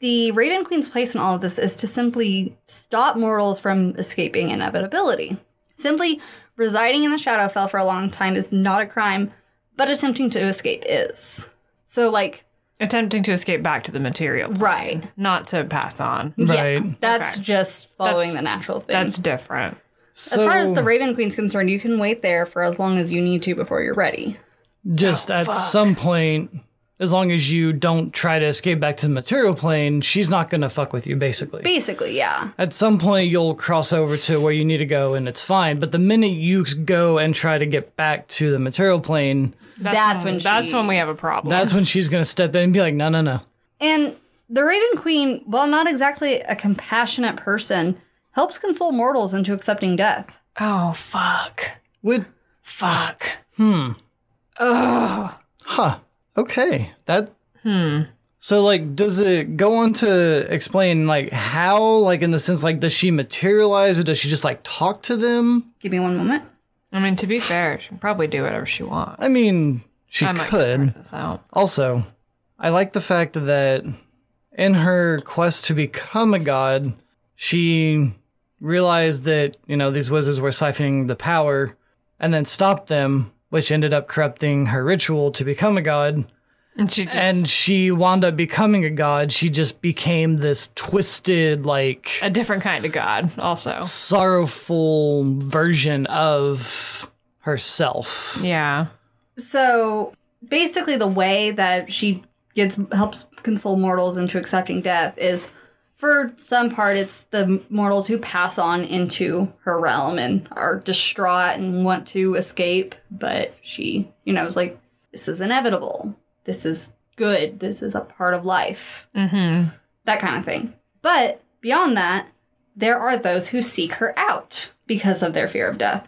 Speaker 3: The Raven Queen's place in all of this is to simply stop mortals from escaping inevitability. Simply residing in the Shadowfell for a long time is not a crime, but attempting to escape is. So, like,
Speaker 2: Attempting to escape back to the material, plane,
Speaker 3: right.
Speaker 2: Not to pass on.
Speaker 4: Right.
Speaker 3: Yeah, that's
Speaker 2: Okay.
Speaker 3: just following
Speaker 2: That's-
Speaker 3: the natural thing.
Speaker 2: That's different.
Speaker 4: So,
Speaker 3: as far as the Raven Queen's concerned, you can wait there for as long as you need to before you're ready.
Speaker 4: just
Speaker 2: Oh,
Speaker 4: at some point, as long as you don't try to escape back to the material plane, she's not going to fuck with you, basically.
Speaker 3: Basically, yeah.
Speaker 4: at some point, you'll cross over to where you need to go and it's fine. But the minute you go and try to get back to the material plane,
Speaker 2: That's,
Speaker 3: That's
Speaker 2: when,
Speaker 3: when
Speaker 2: that's
Speaker 3: she-
Speaker 2: when we have a problem.
Speaker 4: that's when she's going to step in and be like, no, no, no.
Speaker 3: And the Raven Queen, while not exactly a compassionate person, helps console mortals into accepting death.
Speaker 2: oh fuck,
Speaker 4: Would,
Speaker 2: fuck.
Speaker 4: hmm.
Speaker 2: Ugh.
Speaker 4: Huh. Okay. That.
Speaker 2: Hmm.
Speaker 4: So, like, does it go on to explain, like, how, like, in the sense, like, does she materialize or does she just, like, talk to them?
Speaker 3: Give me one moment.
Speaker 2: I mean, to be fair, she can probably do whatever she wants.
Speaker 4: I mean, she
Speaker 2: I might
Speaker 4: could.
Speaker 2: cut this out.
Speaker 4: Also, I like the fact that in her quest to become a god, she realized that, you know, these wizards were siphoning the power and then stopped them, which ended up corrupting her ritual to become a god.
Speaker 2: And she just
Speaker 4: and she wound up becoming a god. She just became this twisted, like
Speaker 2: a different kind of god. Also,
Speaker 4: sorrowful version of herself.
Speaker 2: yeah,
Speaker 3: So basically, the way that she gets helps console mortals into accepting death is, for some part, it's the mortals who pass on into her realm and are distraught and want to escape, but she, you know, is like, this is inevitable. This is good. This is a part of life.
Speaker 2: mm-hmm.
Speaker 3: That kind of thing. But beyond that, there are those who seek her out because of their fear of death.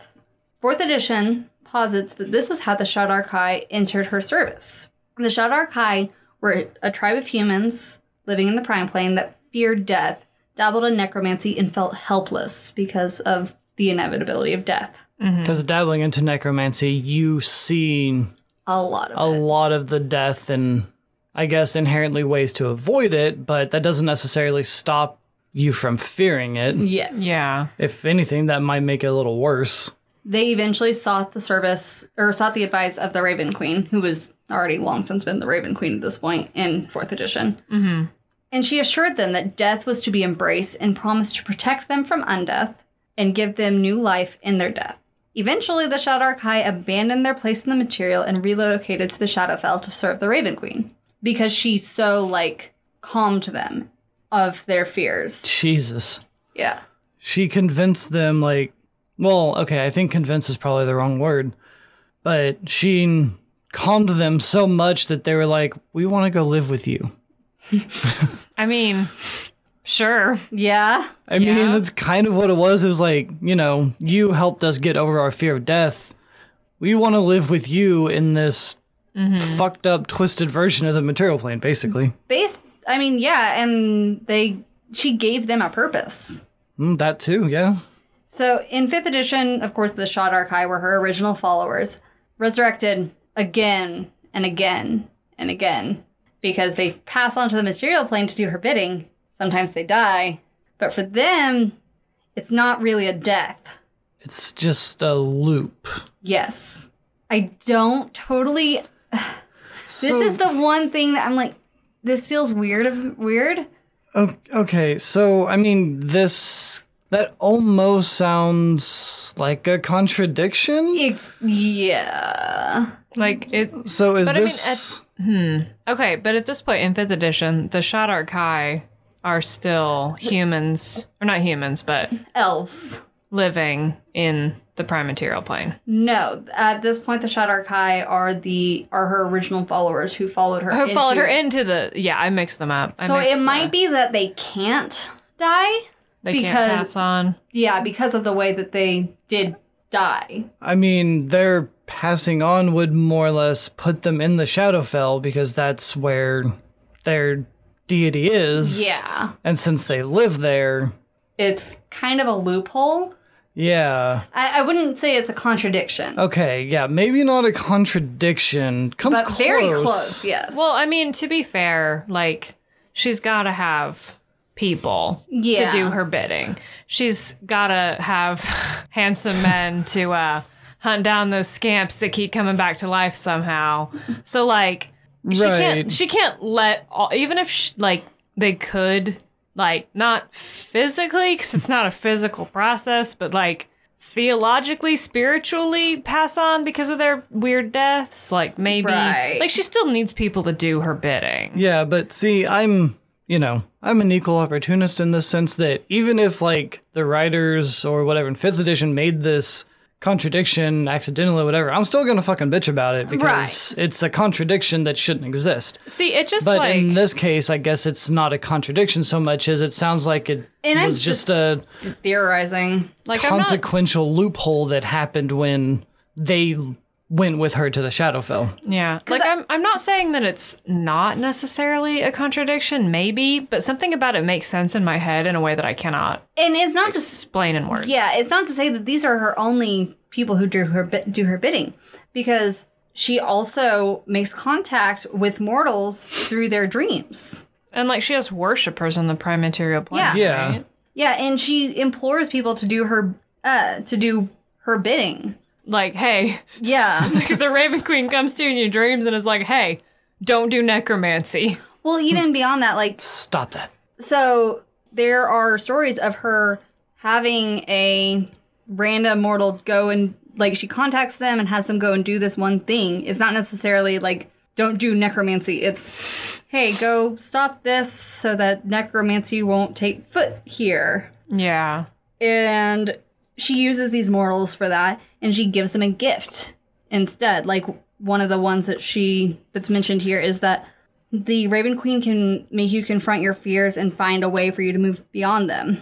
Speaker 3: Fourth edition posits that this was how the Shadar Kai entered her service. The Shadar Kai were a tribe of humans living in the Prime Plane that feared death, dabbled in necromancy, and felt helpless because of the inevitability of death.
Speaker 4: Because dabbling into necromancy, you see
Speaker 3: A lot
Speaker 4: a
Speaker 3: of it.
Speaker 4: lot of the death and I guess inherently ways to avoid it, but that doesn't necessarily stop you from fearing it.
Speaker 3: Yes.
Speaker 2: yeah.
Speaker 4: If anything, that might make it a little worse.
Speaker 3: They eventually sought the service or sought the advice of the Raven Queen, who was already long since been the Raven Queen at this point in fourth edition.
Speaker 2: Mm-hmm.
Speaker 3: And she assured them that death was to be embraced and promised to protect them from undeath and give them new life in their death. Eventually, the Shadar Kai abandoned their place in the material and relocated to the Shadowfell to serve the Raven Queen because she so, like, calmed them of their fears.
Speaker 4: Jesus.
Speaker 3: Yeah.
Speaker 4: she convinced them like well okay i think convince is probably the wrong word but she calmed them so much that they were like we want to go live with you
Speaker 2: I mean, sure.
Speaker 3: Yeah.
Speaker 4: i mean
Speaker 2: Yeah.
Speaker 4: that's kind of what it was it was like you know you helped us get over our fear of death we want to live with you in this
Speaker 2: Mm-hmm.
Speaker 4: fucked up twisted version of the material plane basically
Speaker 3: Based, I mean, yeah, and they, she gave them a purpose.
Speaker 4: Mm, that too yeah
Speaker 3: So in fifth edition, of course, the Shadar Kai were her original followers, resurrected again and again and again because they pass on to the material plane to do her bidding. Sometimes they die, but for them, it's not really a death.
Speaker 4: it's just a loop
Speaker 3: Yes, I don't totally. This is the one thing that I'm like, this feels weird. Of weird.
Speaker 4: O- Okay, so I mean, this that almost sounds like a contradiction.
Speaker 3: It's, yeah.
Speaker 2: Like it.
Speaker 4: So is
Speaker 2: But I mean,
Speaker 4: this?
Speaker 2: Okay, but at this point in fifth edition, the Shadar Kai are still humans, or not humans, but
Speaker 3: Elves.
Speaker 2: living in the prime material plane.
Speaker 3: No, at this point, the Shadar Kai are the are her original followers who followed her.
Speaker 2: Who
Speaker 3: into-
Speaker 2: followed her into the? Yeah, I mixed them up. I
Speaker 3: So
Speaker 2: mixed
Speaker 3: it
Speaker 2: the-
Speaker 3: might be that they can't die,
Speaker 2: They
Speaker 3: Because-
Speaker 2: can't pass on.
Speaker 3: Yeah, because of the way that they did die.
Speaker 4: I mean, their passing on would more or less put them in the Shadowfell because that's where their deity is.
Speaker 3: Yeah.
Speaker 4: And since they live there,
Speaker 3: It's kind of a loophole.
Speaker 4: yeah.
Speaker 3: I, I wouldn't say it's a contradiction,
Speaker 4: Okay, yeah, maybe not a contradiction. Comes
Speaker 3: but
Speaker 4: close.
Speaker 3: very close, yes.
Speaker 2: Well, I mean, to be fair, like she's got to have people
Speaker 3: Yeah.
Speaker 2: to do her bidding. She's got to have handsome men to uh, hunt down those scamps that keep coming back to life somehow. So like she
Speaker 4: Right.
Speaker 2: can't she can't let all, even if sh like they could like not physically because it's not a physical process, but like theologically, spiritually pass on because of their weird deaths. Like maybe,
Speaker 3: Right.
Speaker 2: like she still needs people to do her bidding.
Speaker 4: Yeah, but see, I'm, you know, I'm an equal opportunist in the sense that even if, like, the writers or whatever in 5th edition made this contradiction accidentally, whatever, I'm still gonna fucking bitch about it because it's a contradiction that shouldn't exist.
Speaker 2: See, it just
Speaker 4: But
Speaker 2: like
Speaker 4: in this case, I guess it's not a contradiction so much as it sounds like it
Speaker 3: And I'm
Speaker 4: was just a
Speaker 3: Theorizing.
Speaker 2: like I'm not.
Speaker 4: consequential loophole that happened when they went with her to the Shadowfell.
Speaker 2: Yeah. Like I, am I'm not saying that it's not necessarily a contradiction, maybe, but something about it makes sense in my head in a way that I cannot
Speaker 3: And it's not just
Speaker 2: explain in words.
Speaker 3: Yeah, it's not to say that these are her only people who do her bid- do her bidding, because she also makes contact with mortals through their dreams.
Speaker 2: And like she has worshippers on the prime material plane.
Speaker 3: Yeah.
Speaker 4: Yeah.
Speaker 2: right?
Speaker 3: Yeah, and she implores people to do her uh, to do her bidding.
Speaker 2: Like, hey,
Speaker 3: Yeah.
Speaker 2: the Raven Queen comes to you in your dreams and is like, hey, don't do necromancy.
Speaker 3: well, even beyond that, like
Speaker 4: Stop that.
Speaker 3: so there are stories of her having a random mortal go and like she contacts them and has them go and do this one thing. It's not necessarily like don't do necromancy. It's hey, go stop this so that necromancy won't take foot here.
Speaker 2: Yeah.
Speaker 3: And she uses these mortals for that and she gives them a gift instead. Like one of the ones that she that's mentioned here is that the Raven Queen can make you confront your fears and find a way for you to move beyond them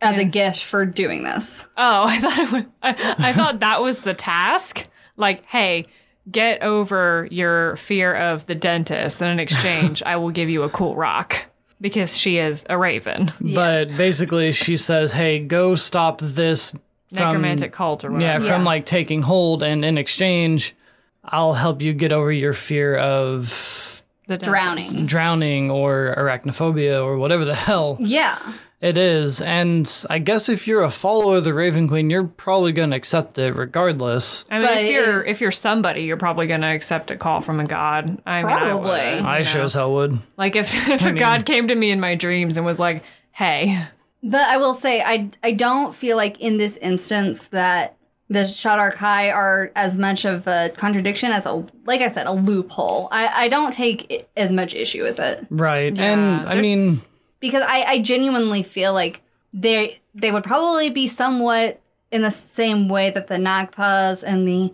Speaker 3: as a gift for doing this.
Speaker 2: Oh, I thought it was, I, I thought that was the task. Like, hey, get over your fear of the dentist, and in exchange, I will give you a cool rock because she is a raven,
Speaker 4: But basically, she says, "Hey, go stop this from
Speaker 2: necromantic cult or
Speaker 4: yeah
Speaker 2: whatever.
Speaker 4: from
Speaker 3: Yeah.
Speaker 4: like taking hold, and in exchange, I'll help you get over your fear of
Speaker 2: The dentist.
Speaker 3: Drowning.
Speaker 4: drowning or arachnophobia or whatever the hell
Speaker 3: Yeah.
Speaker 4: it is." And I guess if you're a follower of the Raven Queen, you're probably going to accept it regardless.
Speaker 2: I mean,
Speaker 3: But
Speaker 2: if you're if you're somebody, you're probably gonna accept a call from a god. I mean, I
Speaker 3: Probably.
Speaker 2: would,
Speaker 4: I
Speaker 2: you
Speaker 4: sure
Speaker 2: know.
Speaker 4: as hell would.
Speaker 2: like if if a god came to me in my dreams and was like, "Hey,
Speaker 3: But I will say I I don't feel like in this instance that the Shadar Kai are as much of a contradiction as a like I said, a loophole. I, I don't take i- as much issue with it.
Speaker 4: Right. and I
Speaker 2: there's-
Speaker 4: mean,
Speaker 3: because I, I genuinely feel like they they would probably be somewhat in the same way that the Nagpas and the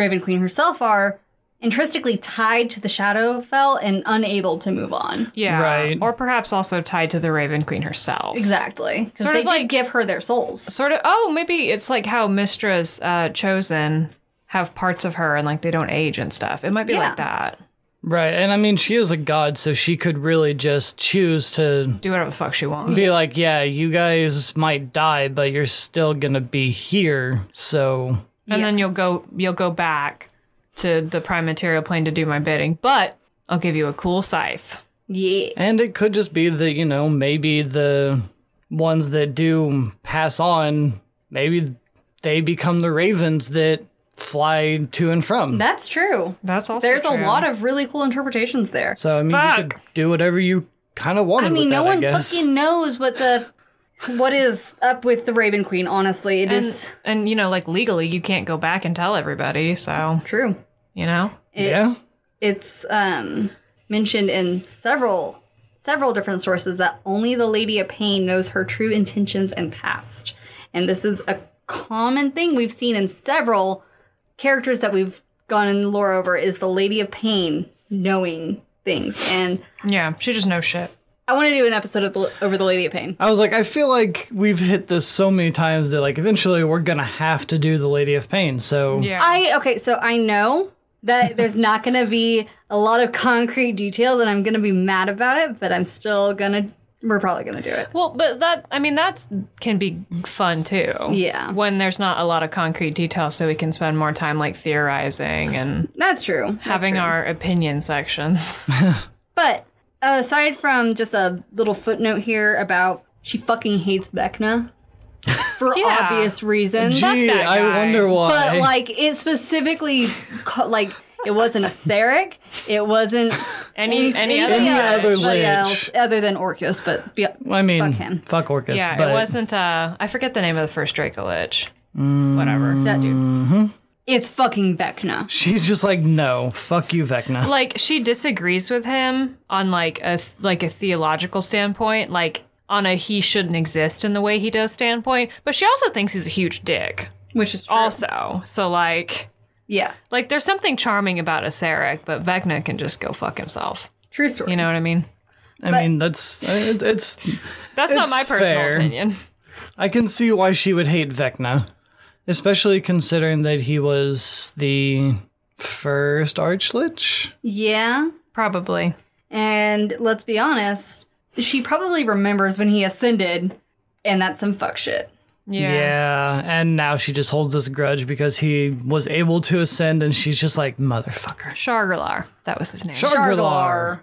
Speaker 3: Raven Queen herself are intrinsically tied to the Shadowfell and unable to move on.
Speaker 2: yeah,"
Speaker 4: Right.
Speaker 2: or perhaps also tied to the Raven Queen herself.
Speaker 3: Exactly, because
Speaker 2: Sort
Speaker 3: they
Speaker 2: of
Speaker 3: did
Speaker 2: like-
Speaker 3: give her their souls.
Speaker 2: sort of oh maybe it's like how mistras uh chosen have parts of her and like they don't age and stuff it might be
Speaker 3: Yeah.
Speaker 2: like that
Speaker 4: Right, and I mean, she is a god, so she could really just choose to
Speaker 2: do whatever the fuck she wants
Speaker 4: be like, yeah, you guys might die, but you're still gonna be here. So,
Speaker 2: and then you'll go you'll go back to the prime material plane to do my bidding but i'll give you a cool scythe
Speaker 3: Yeah,
Speaker 4: and it could just be that you know maybe the ones that do pass on, maybe they become the ravens that fly to and from.
Speaker 3: that's true.
Speaker 2: that's also
Speaker 3: There's
Speaker 2: true.
Speaker 3: a lot of really cool interpretations there.
Speaker 4: so I mean, you could do whatever you kind of wanted.
Speaker 3: I mean,
Speaker 4: with that,
Speaker 3: no
Speaker 4: I
Speaker 3: one
Speaker 4: guess.
Speaker 3: fucking knows what the what is up with the Raven Queen. Honestly, it is
Speaker 2: and, and you know like legally you can't go back and tell everybody so
Speaker 3: true.
Speaker 2: you know
Speaker 3: it-
Speaker 4: yeah.
Speaker 3: it's um, mentioned in several several different sources that only the lady of pain knows her true intentions and past and this is a common thing we've seen in several characters that we've gone and lore over is the lady of pain knowing things and
Speaker 2: yeah she just knows shit
Speaker 3: I want to do an episode of the, Over the Lady of Pain.
Speaker 4: I was like, I feel like we've hit this so many times that like eventually we're gonna have to do the Lady of Pain. So
Speaker 2: Yeah.
Speaker 3: I okay, so I know that there's not going to be a lot of concrete details, and I'm going to be mad about it, but I'm still gonna. We're probably gonna do it.
Speaker 2: well, but that I mean that's can be fun too.
Speaker 3: Yeah.
Speaker 2: When there's not a lot of concrete details, so we can spend more time like theorizing and
Speaker 3: That's true. That's
Speaker 2: having
Speaker 3: true.
Speaker 2: our opinion sections.
Speaker 3: But uh, aside from just a little footnote here about she fucking hates Vecna for
Speaker 2: Yeah.
Speaker 3: obvious reasons.
Speaker 4: gee,
Speaker 2: that guy.
Speaker 4: I wonder why.
Speaker 3: But like it specifically, ca- like it wasn't a Seric, it wasn't
Speaker 2: Any any other
Speaker 4: Any
Speaker 2: yeah,
Speaker 4: other
Speaker 3: anybody
Speaker 4: lich.
Speaker 3: else other than Orcus. But yeah,
Speaker 4: I mean,
Speaker 3: fuck him.
Speaker 4: fuck Orcus.
Speaker 2: Yeah,
Speaker 4: but
Speaker 2: it wasn't uh I forget the name of the first Draco Lich.
Speaker 4: Mm.
Speaker 2: Whatever.
Speaker 3: that dude.
Speaker 4: mm-hmm.
Speaker 3: It's fucking Vecna.
Speaker 4: She's just like, no, fuck you, Vecna.
Speaker 2: like she disagrees with him on like a th- like a theological standpoint, like on a he shouldn't exist in the way he does standpoint, but she also thinks he's a huge dick.
Speaker 3: Which is true.
Speaker 2: Also, so like
Speaker 3: yeah,
Speaker 2: like there's something charming about a Sarek, but Vecna can just go fuck himself.
Speaker 3: true story.
Speaker 2: You know what I mean?
Speaker 4: I mean, that's it, it's.
Speaker 2: That's not
Speaker 4: It's
Speaker 2: my personal
Speaker 4: fair.
Speaker 2: opinion.
Speaker 4: I can see why she would hate Vecna, especially considering that he was the first Archlich.
Speaker 3: yeah,
Speaker 2: Probably.
Speaker 3: and let's be honest, she probably remembers when he ascended, and that's some fuck shit.
Speaker 2: Yeah.
Speaker 4: Yeah, and now she just holds this grudge because he was able to ascend, and she's just like, motherfucker.
Speaker 2: Shargalar, that was his name.
Speaker 4: Shargalar.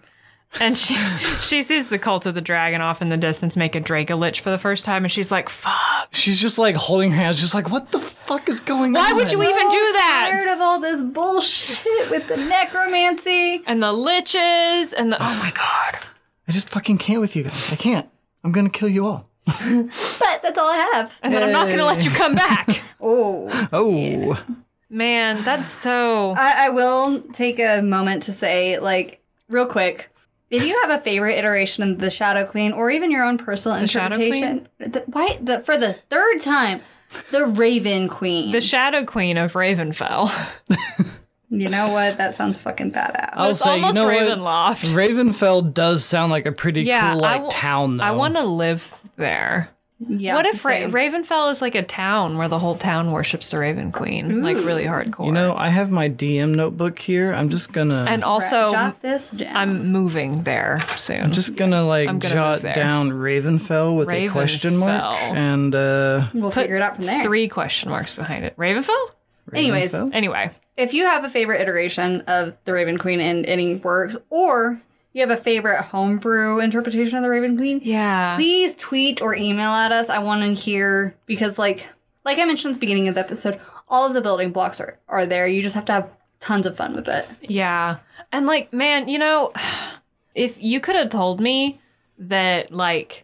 Speaker 2: and she she sees the cult of the dragon off in the distance make a Dracolich for the first time, and she's like, "Fuck!
Speaker 4: She's just like holding her hands, just like, what the fuck is going on?
Speaker 2: Why would you even do that?"
Speaker 3: Tired of all this bullshit with the necromancy.
Speaker 2: and the liches and the oh my god
Speaker 4: I just fucking can't with you guys. I can't. I'm gonna kill you all.
Speaker 3: But that's all I have.
Speaker 2: and then i'm not gonna let you come back
Speaker 3: Oh,
Speaker 4: Oh.
Speaker 2: man that's so
Speaker 3: I, I will take a moment to say, like, real quick. If you have a favorite iteration of the Shadow Queen, or even your own personal
Speaker 2: Shadow
Speaker 3: interpretation, the, why the, for the third time, the Raven Queen.
Speaker 2: the shadow queen of ravenfell
Speaker 3: you know what? That sounds fucking badass.
Speaker 4: I'll
Speaker 2: it's
Speaker 4: say, you
Speaker 2: almost
Speaker 4: know what?
Speaker 2: ravenloft
Speaker 4: Ravenfell does sound like a pretty
Speaker 2: yeah
Speaker 4: cool
Speaker 2: I
Speaker 4: like
Speaker 2: w-
Speaker 4: town though.
Speaker 2: i want to live there
Speaker 3: yeah,
Speaker 2: what if Ra-
Speaker 3: same.
Speaker 2: ravenfell is like a town where the whole town worships the raven queen like really hardcore
Speaker 4: You know, I have my DM notebook here. I'm just gonna
Speaker 2: and also
Speaker 3: jot this down?
Speaker 2: i'm moving there soon
Speaker 4: I'm just gonna like
Speaker 2: I'm gonna
Speaker 4: jot
Speaker 2: move there.
Speaker 4: down Ravenfell with a question mark
Speaker 2: Ravenfell.
Speaker 4: and uh
Speaker 3: we'll
Speaker 2: Put
Speaker 3: figure it out from there.
Speaker 2: three question marks behind it ravenfell
Speaker 3: Anyways,
Speaker 4: Ravenfell?
Speaker 2: anyway
Speaker 3: If you have a favorite iteration of the Raven Queen in any works, or you have a favorite homebrew interpretation of the Raven Queen,
Speaker 2: yeah
Speaker 3: please tweet or email at us. I want to hear because, like, like I mentioned at the beginning of the episode, all of the building blocks are, are there. You just have to have tons of fun with it.
Speaker 2: Yeah. And like, man, you know, if you could have told me that like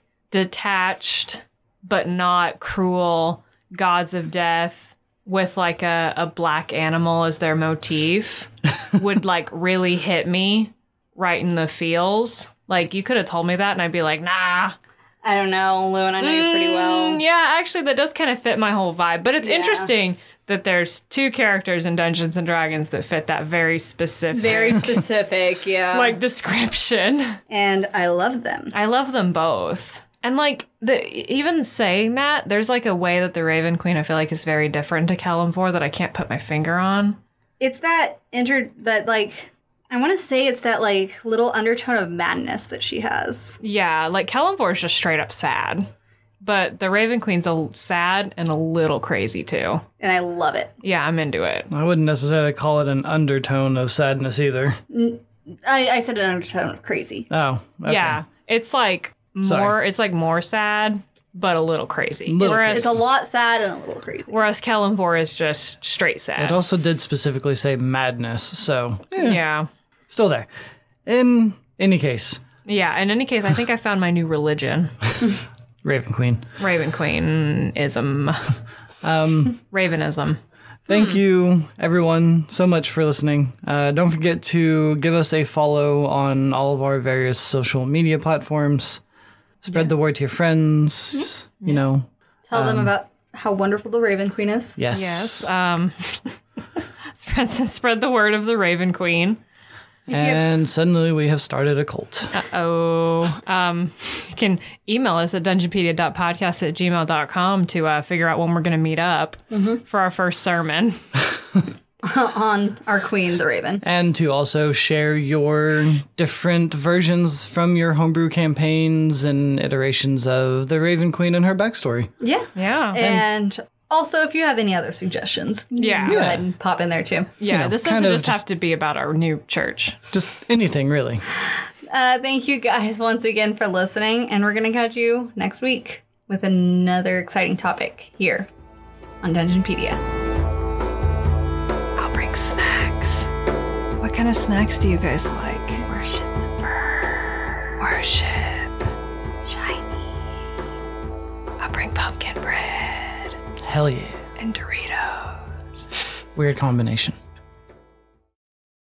Speaker 2: detached but not cruel gods of death with like a, a black animal as their motif would like really hit me right in the feels. Like you could have told me that and I'd be like, nah.
Speaker 3: I don't know, Lou, and I know you pretty well.
Speaker 2: Mm, yeah, actually that does kind of fit my whole vibe. But it's
Speaker 3: Yeah.
Speaker 2: interesting that there's two characters in Dungeons and Dragons that fit that very specific
Speaker 3: Very specific, yeah.
Speaker 2: like description.
Speaker 3: and I love them.
Speaker 2: I love them both. And like the even saying that, there's like a way that the Raven Queen I feel like is very different to Kalimvor that I can't put my finger on.
Speaker 3: It's that inter that like I want to say it's that like little undertone of madness that she has.
Speaker 2: Yeah, like Kalimvor is just straight up sad. But the Raven Queen's a l- sad and a little crazy too.
Speaker 3: and I love it.
Speaker 2: Yeah, I'm into it.
Speaker 4: I wouldn't necessarily call it an undertone of sadness either.
Speaker 3: I, I said an undertone of crazy.
Speaker 4: Oh. Okay.
Speaker 2: Yeah. It's like more
Speaker 4: Sorry.
Speaker 2: it's like more sad, but a little crazy.
Speaker 4: Little
Speaker 2: whereas
Speaker 3: It's a lot sad and a little crazy.
Speaker 2: whereas Kalimvor is just straight sad.
Speaker 4: It also did specifically say madness, so eh,
Speaker 2: yeah.
Speaker 4: still there. In any case,
Speaker 2: Yeah. In any case, I think I found my new religion.
Speaker 4: Raven Queen.
Speaker 2: Raven Queenism.
Speaker 4: Um
Speaker 2: Ravenism.
Speaker 4: Thank you, everyone, so much for listening. Uh, don't forget to give us a follow on all of our various social media platforms. Spread the word to your friends. You know,
Speaker 3: Tell them about how wonderful the Raven Queen is.
Speaker 4: yes. uh,
Speaker 2: Yes. Um, spread, spread the word of the Raven Queen.
Speaker 4: And suddenly we have started a cult.
Speaker 2: Oh, um, you can email us at dungeonpedia.podcast at gmail.com to uh, figure out when we're going to meet up
Speaker 4: Mm-hmm.
Speaker 2: for our first sermon.
Speaker 3: on our queen, the Raven.
Speaker 4: and to also share your different versions from your homebrew campaigns and iterations of the Raven Queen and her backstory.
Speaker 3: Yeah.
Speaker 2: Yeah.
Speaker 3: And also, if you have any other suggestions,
Speaker 2: Yeah.
Speaker 3: go ahead and pop in there too.
Speaker 2: yeah,
Speaker 4: know,
Speaker 2: this
Speaker 4: kind
Speaker 2: doesn't
Speaker 4: of
Speaker 2: just, have
Speaker 4: just-
Speaker 2: to be about our new church.
Speaker 4: Just anything, really.
Speaker 3: Uh, thank you guys once again for listening, and we're gonna catch you next week with another exciting topic here on Dungeonpedia.
Speaker 2: I'll bring snacks. What kind of snacks do you guys like? Worship the bird. Worship. Shiny. I'll bring pumpkin bread
Speaker 4: Hell yeah.
Speaker 2: and Doritos.
Speaker 4: Weird combination.